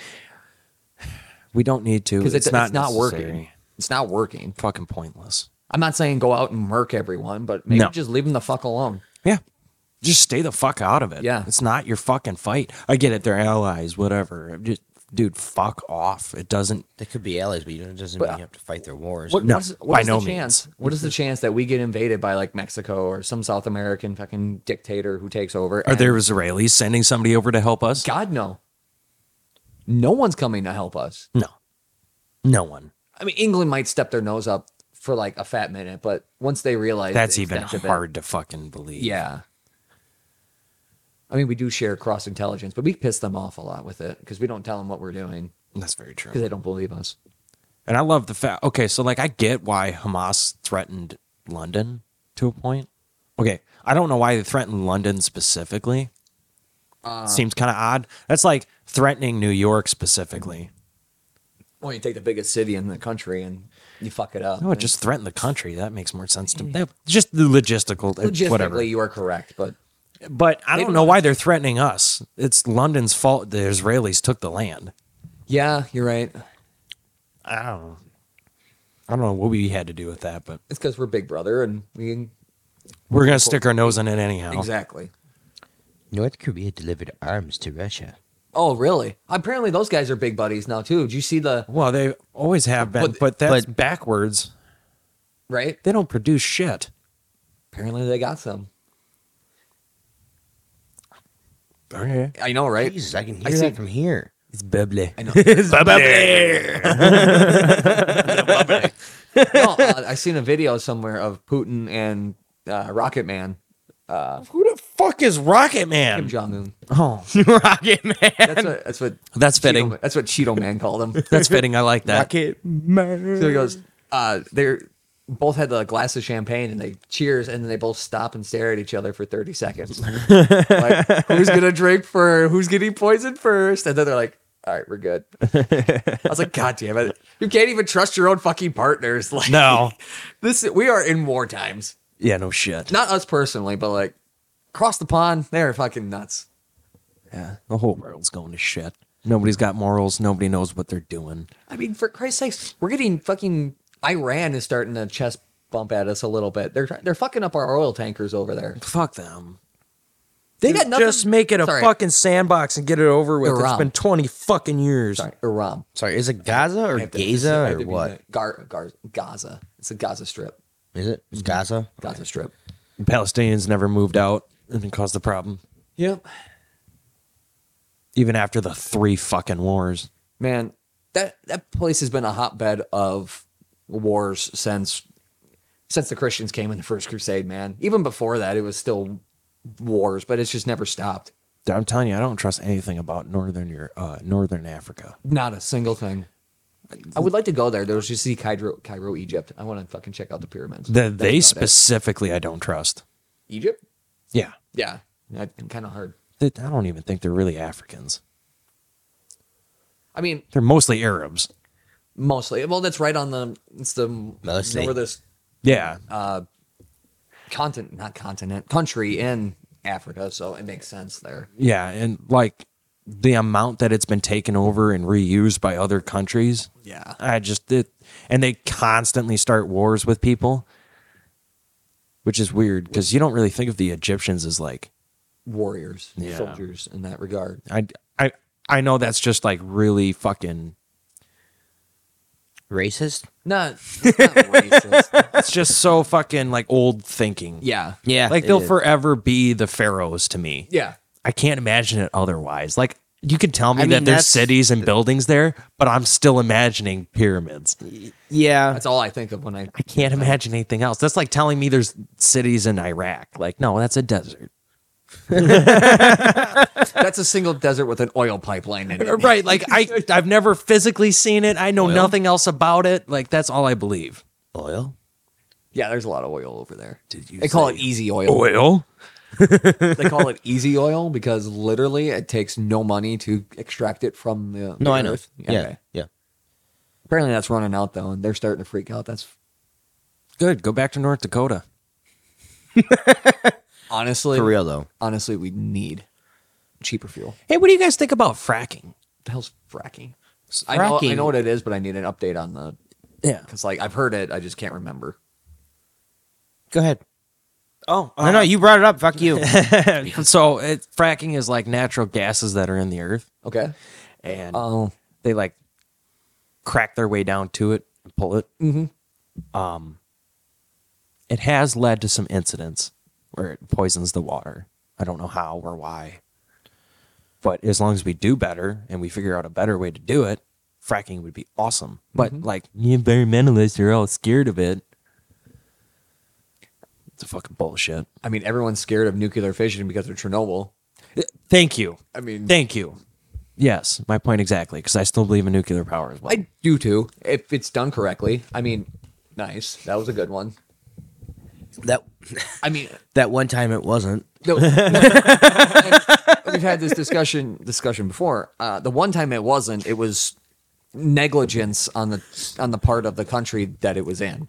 we don't need to
because it's, it's not,
necessary.
working it's not working
Fucking pointless.
i'm not saying go out and murk everyone but maybe
No.
just leave them the fuck alone
Yeah. Just stay the fuck out of it.
Yeah.
It's not your fucking fight. I get it. They're allies, whatever. Just dude, fuck off. It doesn't.
They could be allies, but you know, it doesn't mean you have to fight their wars.
What,
No,
what's, what
by
is
no
the
means.
chance? What is the chance that we get invaded by like Mexico or some South American fucking dictator who takes over?
Are
and-
there Israelis sending somebody over to help us?
God no. No one's coming to help us.
No, no one.
I mean, England might step their nose up for like a fat minute, but once they realize
That's
the
even
extent of it-
hard to fucking believe.
yeah. I mean, we do share cross intelligence, but we piss them off a lot with it because we don't tell them what we're doing
that's very true.
because they don't believe us.
And I love the fact. Okay, so like I get why Hamas threatened London to a point. Okay, I don't know why they threatened London specifically. Seems kind of odd. That's like threatening New York specifically.
Well, you take the biggest city in the country and you fuck it up.
No, Oh, it just threatened the country. That makes more sense to me. That- Just the logistical, uh,
logistically,
whatever.
you are correct, but
But I
They
don't
don't
know why they're threatening us. It's London's fault the Israelis took the land.
yeah, you're right.
I don't know. I don't know what we had to do with that, but
It's because we're Big Brother and we
we're gonna stick our nose in it anyhow.
exactly.
North Korea delivered arms to Russia.
Oh, really? Apparently, those guys are big buddies now too. Did you see the
Well, they always have been, but,
But-
that's
but-
backwards.
right?
They don't produce shit.
Apparently, they got some.
Okay.
I know, right?
Jesus, I can hear
I
that
see-
from here.
It's bubbly.
I know.
Bubbly.
no, uh, I seen a video somewhere of Putin and uh, Rocket Man,
Who the fuck is Rocket
Kim
Man?
Jong Un.
Oh,
Rocket Man.
That's what that's what
that's fitting.
Cheeto, that's what Cheeto Man called him.
That's fitting. I like that.
So he goes, uh, they're both had the glass of champagne and they cheers and then they both stop and stare at each other for 30 seconds. like, who's gonna drink for who's getting poisoned first? And then they're like, all right, we're good. I was like, God damn it. You can't even trust your own fucking partners. Like
No.
this we are in war times.
Yeah, no shit.
Not us personally, but like across the pond, they're fucking nuts.
Yeah, the whole world's going to shit. Nobody's got morals. Nobody knows what they're doing.
I mean, for Christ's sakes, we're getting fucking Iran is starting to chest bump at us a little bit. They're they're fucking up our oil tankers over there.
Fuck them.
They got nothing.
Just make it a
Sorry.
fucking sandbox and get it over with. It's
Iran.
been twenty fucking years.
Sorry, Iran.
Sorry, is it Gaza or
I have to- I
Gaza
have
or
to be-
what?
Gar, Gar, Gaza. It's a Gaza Strip.
Is it
Mm-hmm.
It's Gaza?
Gaza Strip.
Palestinians never moved out and it caused the problem,
Yep.
even after the three fucking wars.
Man, that that place has been a hotbed of wars since since the Christians came in the First Crusade. Man, even before that, it was still wars, but it's just never stopped.
I'm telling you, I don't trust anything about northern Europe, uh, northern Africa.
Not a single thing. I would like to go there. There was just see Cairo, Cairo, Egypt. I want to fucking check out the pyramids.
The, they
That's about it.
specifically, I don't trust.
Egypt.
Yeah,
Yeah, that's kind of hard.
They- I don't even think they're really Africans.
I mean,
They're mostly Arabs.
mostly. Well, that's right on the it's the
Mostly.
over this
Yeah,
continent, not continent, country in Africa, so it makes sense there.
yeah, and like the amount that it's been taken over and reused by other countries.
Yeah.
I just it, and they constantly start wars with people, which is weird because you don't really think of the Egyptians as like
Warriors,
Yeah.
soldiers in that regard.
I I I know that's just like really fucking.
Racist?
Not, it's not racist.
It's just so fucking like old thinking.
Yeah.
Yeah.
like
it
they'll
is.
forever be the pharaohs to me.
Yeah.
I can't imagine it otherwise. Like you can tell me
I
that
mean,
there's
that's-
cities and buildings there, but I'm still imagining pyramids.
Yeah.
That's all I think of when I.
I can't imagine anything else. That's like telling me there's cities in Iraq. Like no, that's a desert.
That's a single desert with an oil pipeline in it.
Right. Like I I've never physically seen it. I know nothing else about it. Like that's all I believe.
Oil?
Yeah, there's a lot of oil over there.
Did you
They call
say
Oh, it easy oil.
Oil?
They call it easy oil because literally it takes no money to extract it from the.
No,
the
I know.
earth.
Yeah.
Okay.
Yeah.
Apparently that's running out though, and they're starting to freak out. That's
Good. Go back to North Dakota.
honestly,
For real though.
honestly, we need cheaper fuel.
Hey, what do you guys think about fracking?
the hell's fracking? I know, I
fracking-
know what it is, but I need an update on the
Yeah.
because like I've heard it, I just can't remember.
Go ahead.
Oh,
uh-huh.
no, no, you brought it up. Fuck you.
so it, fracking is like natural gases that are in the earth,
Okay.
and
Oh,
they like crack their way down to it and pull it. Mm-hmm. Um, it has led to some incidents where it poisons the water. I don't know how or why, but as long as we do better and we figure out a better way to do it, fracking would be awesome. But like the environmentalists are all scared of it. It's a fucking bullshit.
I mean, everyone's scared of nuclear fission because of Chernobyl.
Thank you.
I mean,
Thank you. Yes, my point exactly. Because I still believe in nuclear power as well.
I do too. If it's done correctly, I mean, nice. That was a good one.
That
I mean,
that one time it wasn't.
no, we've had this discussion discussion before. Uh, the one time it wasn't, it was negligence on the on the part of the country that it was in.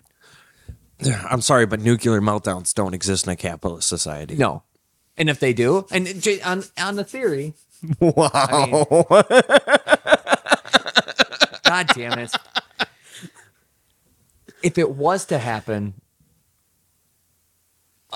I'm sorry, but nuclear meltdowns don't exist in a capitalist society.
No, and if they do, and it j- on on the theory,
Wow.
I mean- God damn it. If it was to happen,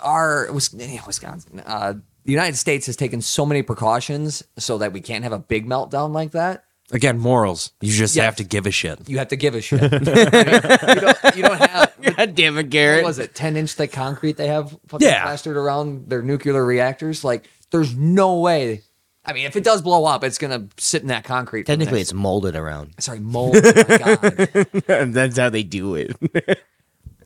our Wis- eh, Wisconsin, uh, the United States has taken so many precautions so that we can't have a big meltdown like that.
Again, morals. You just
Yes.
have to give a shit.
You have to give a shit. I mean, you, don't, you don't have
God damn it,
what
Garrett.
was it ten inch thick concrete they have fucking
Yeah.
plastered around their nuclear reactors? Like, there's no way. I mean, if it does blow up, it's gonna sit in that concrete. for the
Technically,
next-
it's molded around.
sorry, mold. Oh my God.
That's how they do it.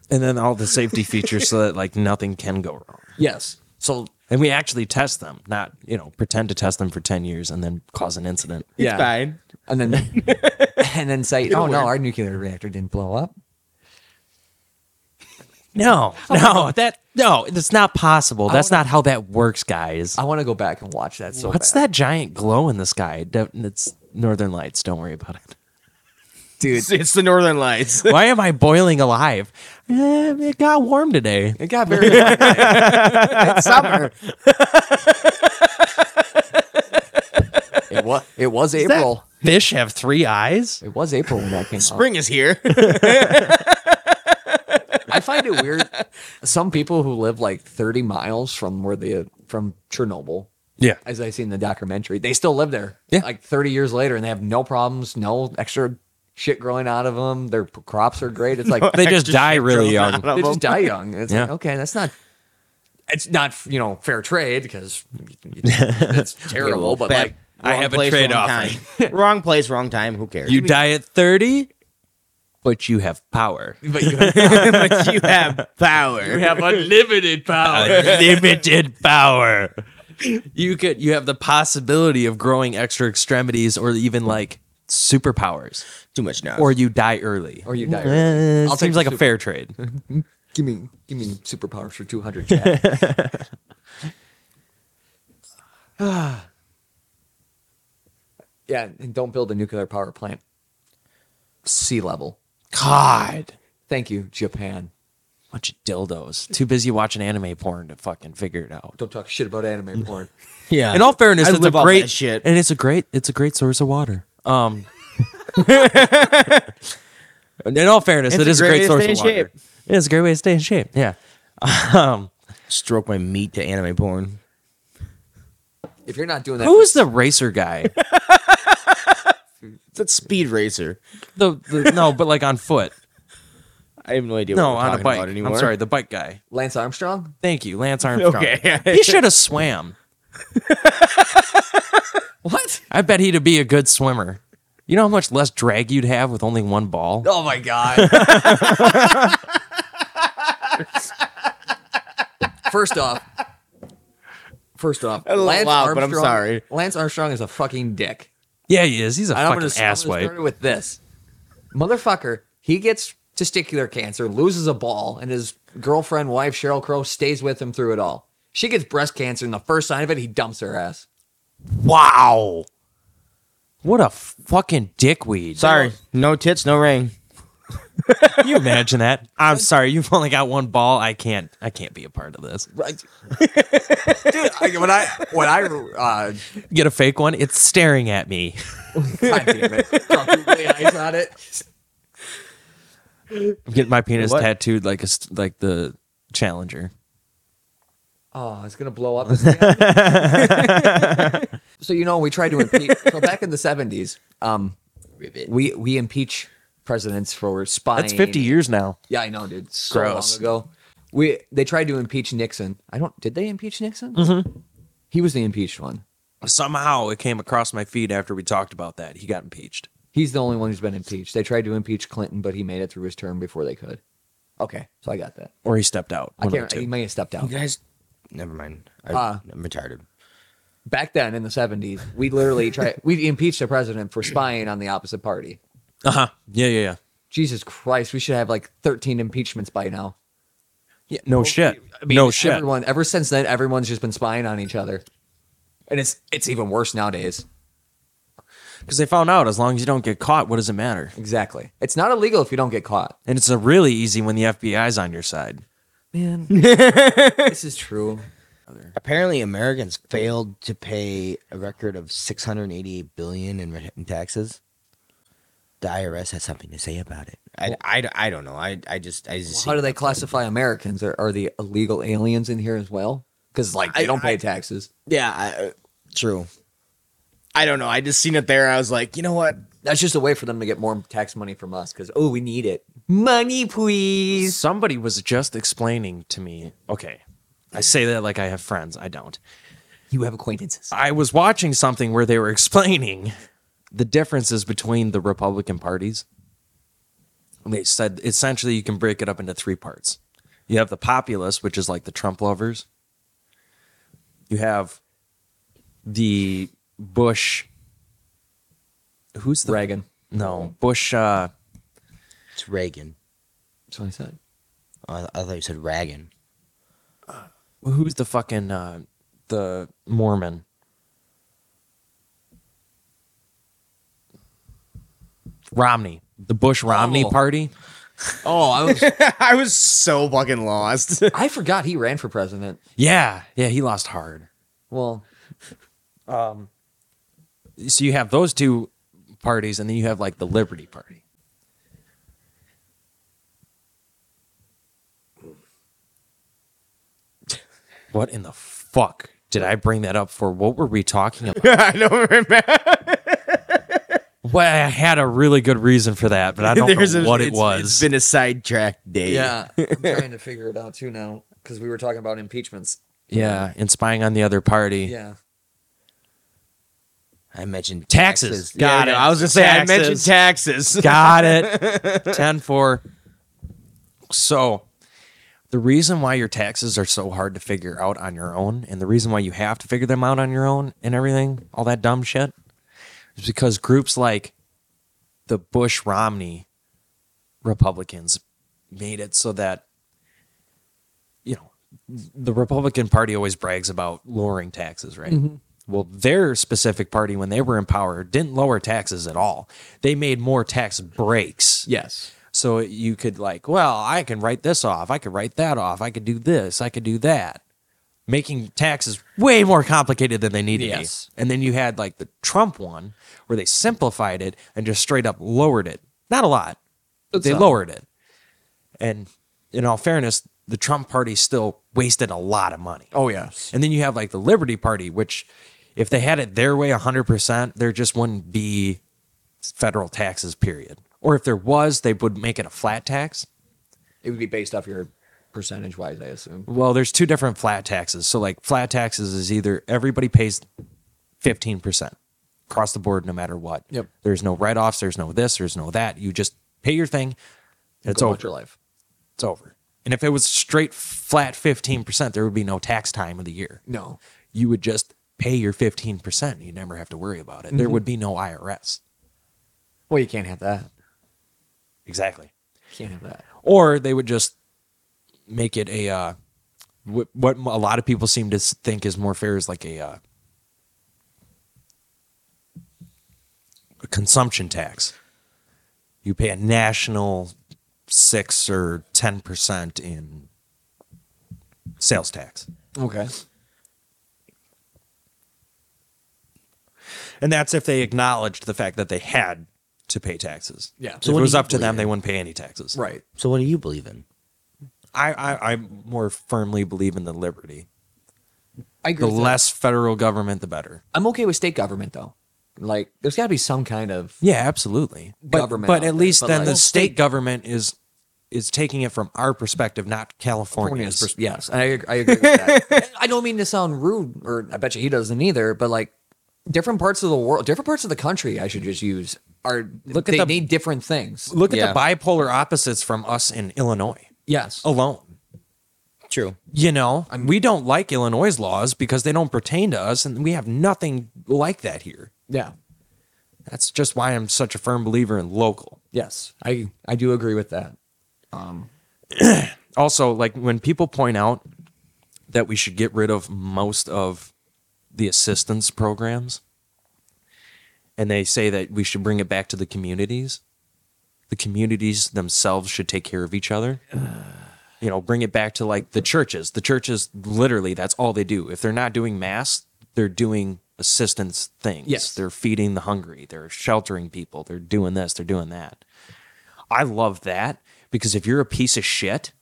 And then all the safety features so that like nothing can go wrong.
Yes. So
And we actually test them, not, you know, pretend to test them for 10 years and then cause an incident.
yeah,
Fine.
and then and then say, "Oh no, our nuclear reactor didn't blow up."
No, no, that, no, that's not possible. That's
wanna-
not how that works, guys.
I want to go back and watch that. So
What's that giant glow in the sky? Don't- It's northern lights. Don't worry about it.
Dude, it's the Northern Lights.
Why am I boiling alive? Eh, it got warm today.
It got very it's summer. it was it was April.
Fish have three eyes?
It was April when that came out.
Spring is here.
I find it weird. Some people who live like 30 miles from where the from Chernobyl,
Yeah.
as I see in the documentary, they still live there.
Yeah.
Like 30 years later, and they have no problems, no extra shit growing out of them. Their p- crops are great. It's like
They just die really young.
they just die young. It's like,
Yeah.
okay, that's not. It's not you know fair trade because it's terrible, but
Bad-
like
I
wrong
have a
place,
trade
wrong
offer.
time. wrong place, wrong time. Who cares?
You die at 30, but you have power.
but you,
but you have power.
have unlimited power. Unlimited power. You could you have the possibility of growing extra extremities or even like superpowers.
Too much now.
Or you die early.
or you
Eh,
die.
it
I'll take
seems
the
like a
super-
fair trade.
Give me give me superpowers for two hundred. Chad. yeah, and don't build a nuclear power plant. Sea level.
God.
Thank you, Japan.
Bunch of dildos. Too busy watching anime porn to fucking figure it out.
Don't talk shit about anime porn.
yeah.
In all fairness,
I
it's a
live off
great
that shit.
and it's a great it's a great source of water. Um, in all fairness,
It's
it
a
is a
great way to
great source
stay
of
in
water.
shape.
It is a great way to stay in shape. Yeah,
stroke my meat to anime porn.
If you're not doing that,
who was the racer guy?
It's a speed racer.
the, the no, but like on foot.
I have no idea.
No,
what we're
on a
talking
bike.
About anymore.
I'm sorry, the bike guy.
Lance Armstrong,
Thank you, Lance Armstrong.
Okay.
he should have swam.
what?
I bet he'd be a good swimmer. You know how much less drag you'd have with only one ball.
Oh my god. first off, first off,
was a
Lance
lot, but I'm
Armstrong,
sorry.
Lance Armstrong is a fucking dick.
Yeah, he is. He's a
And I'm
fucking
gonna, I'm gonna
asswipe.
start it with this. Motherfucker, he gets testicular cancer, loses a ball, and his girlfriend, wife, Cheryl Crow, stays with him through it all. She gets breast cancer, and the first sign of it, he dumps her ass.
Wow. What a fucking dickweed.
Sorry. No tits, no ring.
Can you imagine that? I'm sorry, you've only got one ball. I can't I can't be a part of this.
Right. Dude, I, when I when I uh,
Get a fake one, it's staring at me.
God damn it, drop googly eyes on it.
I'm getting my penis
What?
tattooed like a st- like the challenger.
Oh, it's gonna blow up. Isn't it? so you know, we tried to impeach. So back in the seventies, um,
Ribbit.
We we impeach presidents for spying.
That's 50 years now.
Yeah, I know, dude. So
Gross.
long ago. We they tried to impeach Nixon. I don't. Did they impeach Nixon? Mm-hmm. He was the impeached one.
Somehow it came across my feed after we talked about that. He got impeached.
He's the only one who's been impeached. They tried to impeach Clinton, but he made it through his term before they could. Okay, so I got that.
Or he stepped out.
I
One of
can't.
the two.
He may have stepped out.
You guys, never mind. I,
Ah.
Uh.
I'm retarded.
Back then in the seventies, we literally tried. We impeached a president for spying on the opposite party.
Uh-huh. Yeah, yeah, yeah.
Jesus Christ, we should have like thirteen impeachments by now.
yeah no shit. no shit.
Everyone, ever since then, everyone's just been spying on each other, and it's it's even worse nowadays.
Because they found out as long as you don't get caught, what does it matter?
Exactly. It's not illegal if you don't get caught.
And it's a really easy when the FBI's on your side.
Man, this is true.
Apparently, Americans failed to pay a record of 688 billion in, re- in taxes. The IRS has something to say about it. I, I, I don't know. I, I just I just
How do they classify Americans? Are, are the illegal aliens in here as well? Because like they
I-
don't pay
I-
taxes.
yeah I, uh, true.
I don't know. I just seen it there. I was like, you know what?
That's just a way for them to get more tax money from us. Because oh, we need it. Money, please.
Somebody was just explaining to me. Okay. I say that like I have friends. I don't.
You have acquaintances.
I was watching something where they were explaining the differences between the Republican parties. And they said essentially you can break it up into three parts. You have the populace, which is like the Trump lovers. You have the Bush. Who's the
Reagan.
No, Bush. Uh,
It's Reagan.
That's what I said.
I, I thought you said Reagan.
who's the fucking uh, the Mormon? Romney, the Bush Romney
Oh.
party.
Oh, I was.
I was so fucking lost.
I forgot he ran for president.
Yeah, yeah, he lost hard.
Well,
So you have those two parties, and then you have like the Liberty Party. What in the fuck did I bring that up for? What were we talking about?
I don't remember.
Well, I had a really good reason for that, but I don't know what it
it's-
was.
It's been a sidetracked day.
yeah, I'm trying to figure it out too now because we were talking about impeachments.
yeah, and spying on the other party.
Yeah.
I mentioned
Taxes. Got it.
I was just saying. I mentioned
Taxes.
taxes.
Got it. 10 4. So, the reason why your taxes are so hard to figure out on your own, and the reason why you have to figure them out on your own and everything, all that dumb shit, is because groups like the Bush Romney Republicans made it so that, you know, the Republican Party always brags about lowering taxes, right? Well, their specific party, when they were in power, didn't lower taxes at all. They made more tax breaks.
Yes.
So you could, like, well, I can write this off. I could write that off. I could do this. I could do that. Making taxes way more complicated than they needed
Yes.
to be. And then you had, like, the Trump one where they simplified it and just straight up lowered it. Not a lot, but they
some.
lowered it. And in all fairness, the Trump party still wasted a lot of money.
Oh yes.
And then you have like the Liberty Party, which if they had it their way 100%, there just wouldn't be federal taxes, period. Or if there was, they would make it a flat tax.
It would be based off your percentage wise, I assume.
Well, there's two different flat taxes. So, like, flat taxes is either everybody pays 15% across the board, no matter what.
Yep.
There's no write offs, there's no this, there's no that. You just pay your thing, and it's
Go
over.
about your life.
It's over. And if it was straight flat 15%, there would be no tax time of the year.
No.
you would just pay your 15%. You never have to worry about it. There would be no IRS.
Well, you can't have that.
Exactly.
Can't have that.
Or they would just make it a, uh, what, what a lot of people seem to s- think is more fair is like a, uh, a consumption tax. You pay a national six or 10% in sales tax.
Okay.
And that's if they acknowledged the fact that they had to pay taxes.
Yeah.
So if it was
do you
up to them,
believe
they wouldn't pay any taxes.
Right.
So what do you believe in?
I, I, I more firmly believe in the liberty.
I agree.
The
with that.
less federal government, the better.
I'm okay with state government though. Like, there's got to be some kind of
Yeah, absolutely. But,
Government out
but
there,
at least
but
then
like-
the
Well,
state, government is is taking it from our perspective, not
California's
California's.
pers- yes, I ag- I agree with that. I don't mean to sound rude, or I bet you he doesn't either. But like different parts of the world, different parts of the country, I should just use are
Look at
they
the-
need different things.
Look
Yeah.
at the bipolar opposites from us in Illinois Oh.
Yes,
alone.
True.
You know, we don't like Illinois laws because they don't pertain to us, and we have nothing like that here.
yeah,
That's just why I'm such a firm believer in local.
yes, I I do agree with that. Um,
also like when people point out that we should get rid of most of the assistance programs and they say that we should bring it back to the communities the communities themselves should take care of each other you know bring it back to like the churches the churches literally that's all they do if they're not doing mass they're doing assistance things
Yes.
they're feeding the hungry they're sheltering people they're doing this they're doing that I love that because if you're a piece of shit,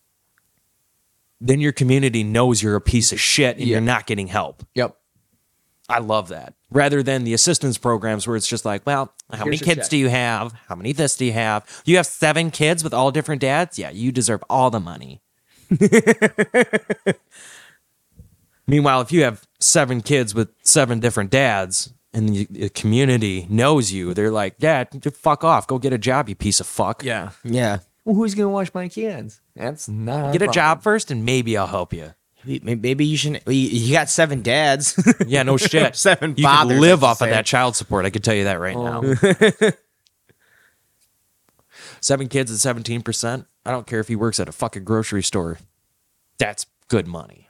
then your community knows you're a piece of shit and you're not getting help.
Yep.
I love that. Rather than the assistance programs where it's just like, well, how many
your
kids
check.
do you have? How many this do you have? You have seven kids with all different dads? Yeah, you deserve all the money. Meanwhile, if you have seven kids with seven different dads and the, the community knows you, they're like, yeah, fuck off. Go get a job, you piece of fuck.
Yeah.
Yeah.
Well, who's gonna wash my cans? That's not
get a
problem.
job first and maybe I'll help you.
Maybe- Maybe you shouldn't. well, You you got seven dads.
Yeah, no shit.
Seven
you
fathers,
can live
I
off of
should
that child support. I could tell you that right now. Seven kids at seventeen percent. I don't care if he works at a fucking grocery store. That's good money.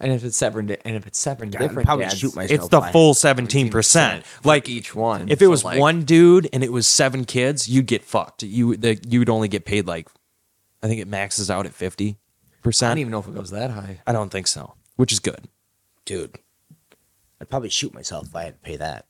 And if it's seven, di- and if it's seven
God, I'd
different,
probably
dads,
shoot myself.
It's the
by
full seventeen percent. Like
each one.
If it
So,
was
like-
one dude and it was seven kids, you'd get fucked. You the, you would only get paid like, I think it maxes out at fifty
I
percent.
don't even know if it goes that high.
I don't think so, which is good.
dude. I'd probably shoot myself if I had to pay that.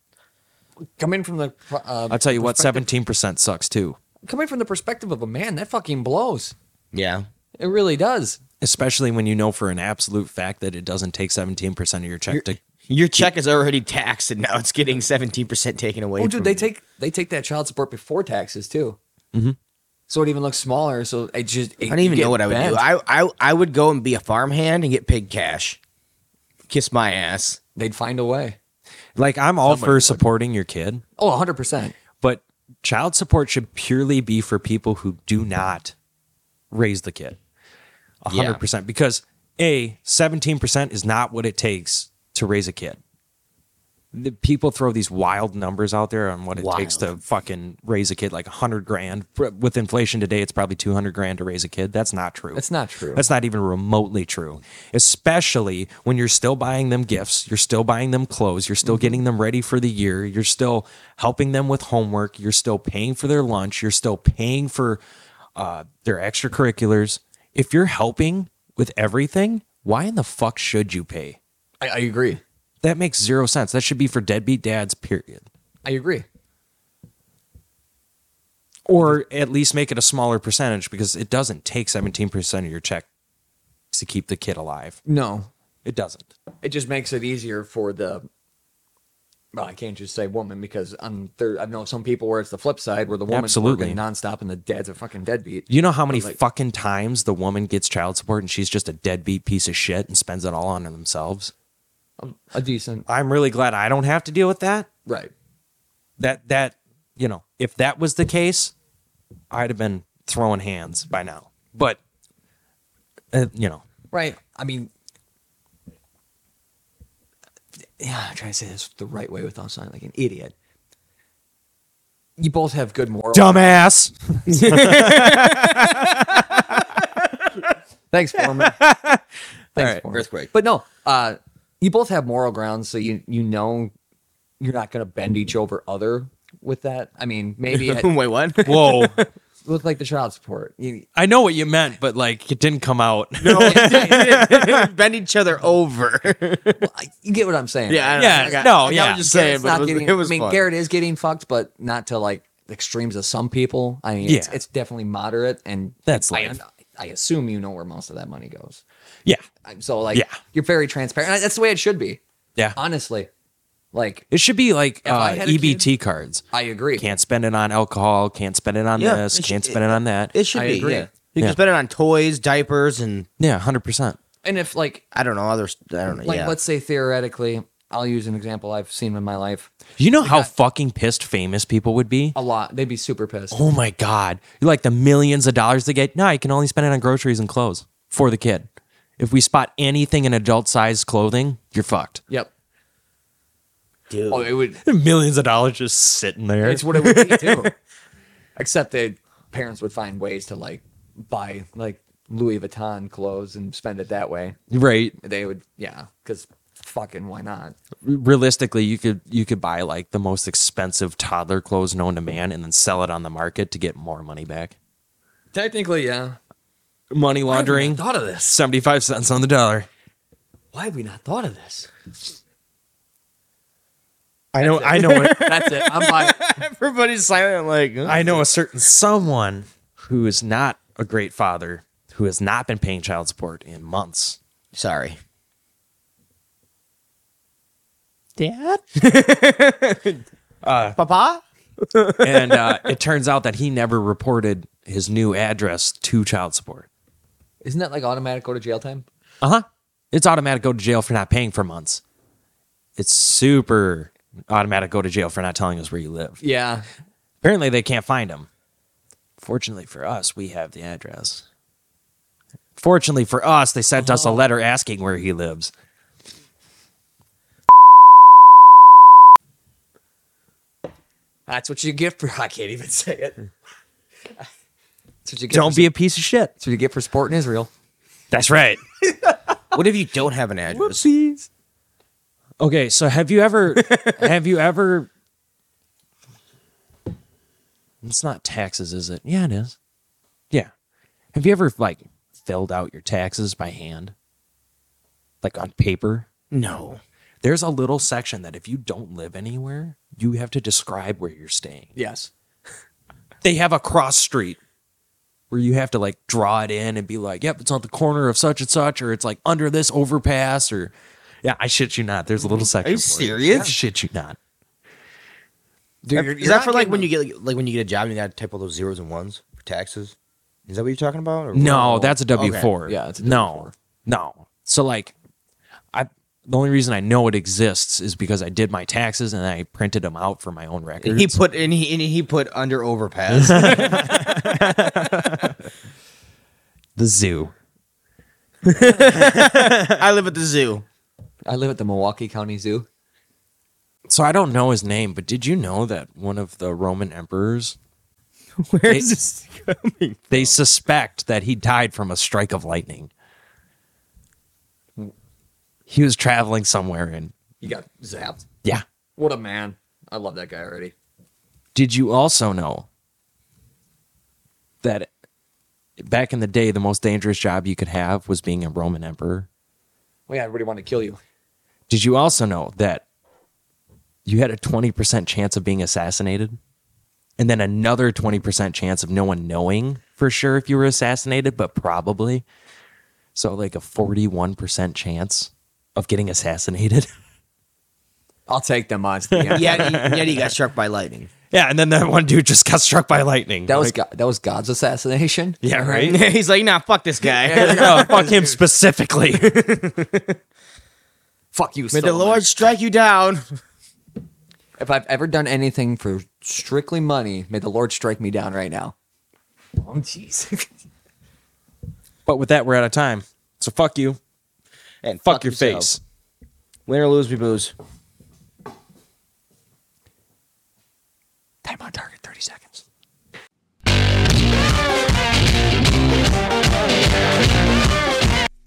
Coming from the, uh,
I'll tell you what,
perspective-
seventeen percent sucks too.
Coming from the perspective of a man, that fucking blows.
Yeah.
It really does.
especially when you know for an absolute fact that it doesn't take 17% of your check to
Your check is already taxed, and now it's getting seventeen percent taken away.
Oh, dude, they
from-
take they take that child support before taxes too. Mm-hmm. So it even looks smaller. So it just it,
I don't even know what I would do.
I,
I, I I would go and be a farmhand and get paid cash. Kiss my ass.
They'd find a way.
like i'm all for supporting your kid
Oh, 100 percent.
but child support should purely be for people who do not raise the kid 100% because a 17% is not what it takes to raise a kid the people throw these wild numbers out there on what it takes to fucking raise a kid like 100 grand with inflation today it's probably 200 grand to raise a kid that's not true
That's not true.
That's not even remotely true, especially when you're still buying them gifts, you're still buying them clothes, you're still getting them ready for the year, you're still helping them with homework, you're still paying for their lunch, you're still paying for uh, their extracurriculars. If you're helping with everything, why in the fuck should you pay?
I, I agree.
That makes zero sense. That should be for deadbeat dads, period.
I agree.
Or at least make it a smaller percentage because it doesn't take 17% of your check to keep the kid alive.
No,
It doesn't.
it just makes it easier for the. Well, I can't just say woman because I'm there. I know some people where it's the flip side where the woman's
Absolutely.
working nonstop and the dad's a fucking deadbeat.
You know how many
like-
fucking times the woman gets child support and she's just a deadbeat piece of shit and spends it all on themselves?
A decent,
I'm really glad I don't have to deal with that.
right?
That that you know, if that was the case, I'd have been throwing hands by now. But uh, you know,
Right. I mean, yeah, I'm trying to say this the right way without sounding like an idiot. You both have good morals.
dumbass.
Thanks, Foreman. Thanks, Foreman.
earthquake.
But no, uh, you both have moral grounds, so you you know you're not going to bend each over other with that. I mean, maybe it
Wait, what?
Whoa.
looked like the child support. You,
I know what you meant, but like it didn't come out.
Bend each other over.
I- you get what I'm saying?
I don't
Yeah,
know. I got-
no,
I got
yeah.
what you're saying,
It's
but
not
it was,
getting,
it was
I mean,
fun.
Garrett is getting fucked, but not to like the extremes of some people. I mean, it's,
Yeah.
it's definitely moderate, and
That's
I,
life.
I assume you know where most of that money goes.
yeah.
I'm- So like,
Yeah.
you're very transparent. That's the way it should be.
Yeah.
honestly. Like
It should be like
If I
uh,
had a
EBT cards.
I agree.
Can't spend it on alcohol. Can't spend it on
Yeah,
this.
it
Can't
should-
spend it on that.
It should
I
be.
agree.
Yeah. You
Yeah.
can spend it on toys, diapers, and
yeah, hundred percent.
And if like
I don't know other. s- I don't know.
like
yeah.
let's say theoretically, I'll use an example I've seen in my life.
You know how fucking pissed famous people would be.
A lot. They'd be super pissed.
Oh my god! You like the millions of dollars they get? No, you can only spend it on groceries and clothes for the kid. If we spot anything in adult-sized clothing, you're fucked.
Yep.
Dude.
Oh, it would.
Millions of dollars just sitting there.
It's what it would be too. Except that parents would find ways to like buy like Louis Vuitton clothes and spend it that way.
right.
They would, yeah, because fucking why not?
realistically you could you could buy like the most expensive toddler clothes known to man and then sell it on the market to get more money back
Technically, yeah.
money laundering
thought of this.
75 cents on the dollar
Why have we not thought of this?
i know i know
That's it. I'm buying.
Everybody's silent. Like huh?
i know a certain someone who is not a great father who has not been paying child support in months
sorry.
Dad?
Uh, Papa.
and uh, it turns out that he never reported his new address to child support
Isn't that like automatic go to jail time?
Uh huh. It's automatic go to jail for not paying for months. It's super automatic go to jail for not telling us where you live.
Yeah.
Apparently, they can't find him. Fortunately for us, we have the address. Fortunately for us, they sent us a letter asking where he lives.
That's what you get for. I can't even say it. That's what you get.
Don't
for,
be a piece of shit.
That's what you get for sport in Israel.
That's right.
What if you don't have an address?
Okay, so have you ever have you ever It's not taxes, is it? Yeah, it is. Yeah. Have you ever like filled out your taxes by hand? Like on paper?
No.
There's a little section that if you don't live anywhere, you have to describe where you're staying.
Yes.
They have a cross street where you have to like draw it in and be like, "Yep, it's on the corner of such and such or it's like under this overpass or yeah, I shit you not. There's a little section.
you
for it.
serious?
I shit you not.
Dude, you're-
Is
you're
that
not
for like
getting
when
the-
you get like, when you get a job and you got to type all those zeros and ones for taxes? Is that what you're talking about? or-
No, that's a W
Okay.
four.
Yeah, it's a
no, no. So like, I the only reason I know it exists is because I did my taxes and I printed them out for my own records.
He put and he and he put under overpass.
the zoo.
I live at the zoo.
I live at the Milwaukee County Zoo.
So I don't know his name, but did you know that one of the Roman emperors
Where
is
this?
they suspect that he died from a strike of lightning? He was traveling somewhere and
You got zapped.
yeah.
What a man. I love that guy already.
Did you also know that back in the day, the most dangerous job you could have was being a Roman emperor?
Well, yeah, I really want to kill you.
Did you also know that you had a 20% chance of being assassinated? And then another 20% chance of no one knowing for sure if you were assassinated, but probably. So, like a 41% chance of getting assassinated.
I'll take them odds. Yeah.
Yet, he- yet he got struck by lightning.
yeah. And then that one dude just got struck by lightning.
That was
Like,
God, that was God's assassination.
yeah, right?
He's like, nah, fuck this guy.
no, oh, fuck him specifically.
Fuck you.
May the
Solomon.
Lord strike you down.
If I've ever done anything for strictly money, may the Lord strike me down right now. Oh, jeez.
But with that, we're out of time. So fuck you.
And
Fuck, your
yourself.
face.
Win or lose, we lose.
Time on target. Thirty seconds.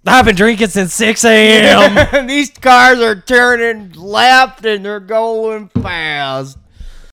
I've been drinking since 6 a.m.
These cars are turning left and they're going fast.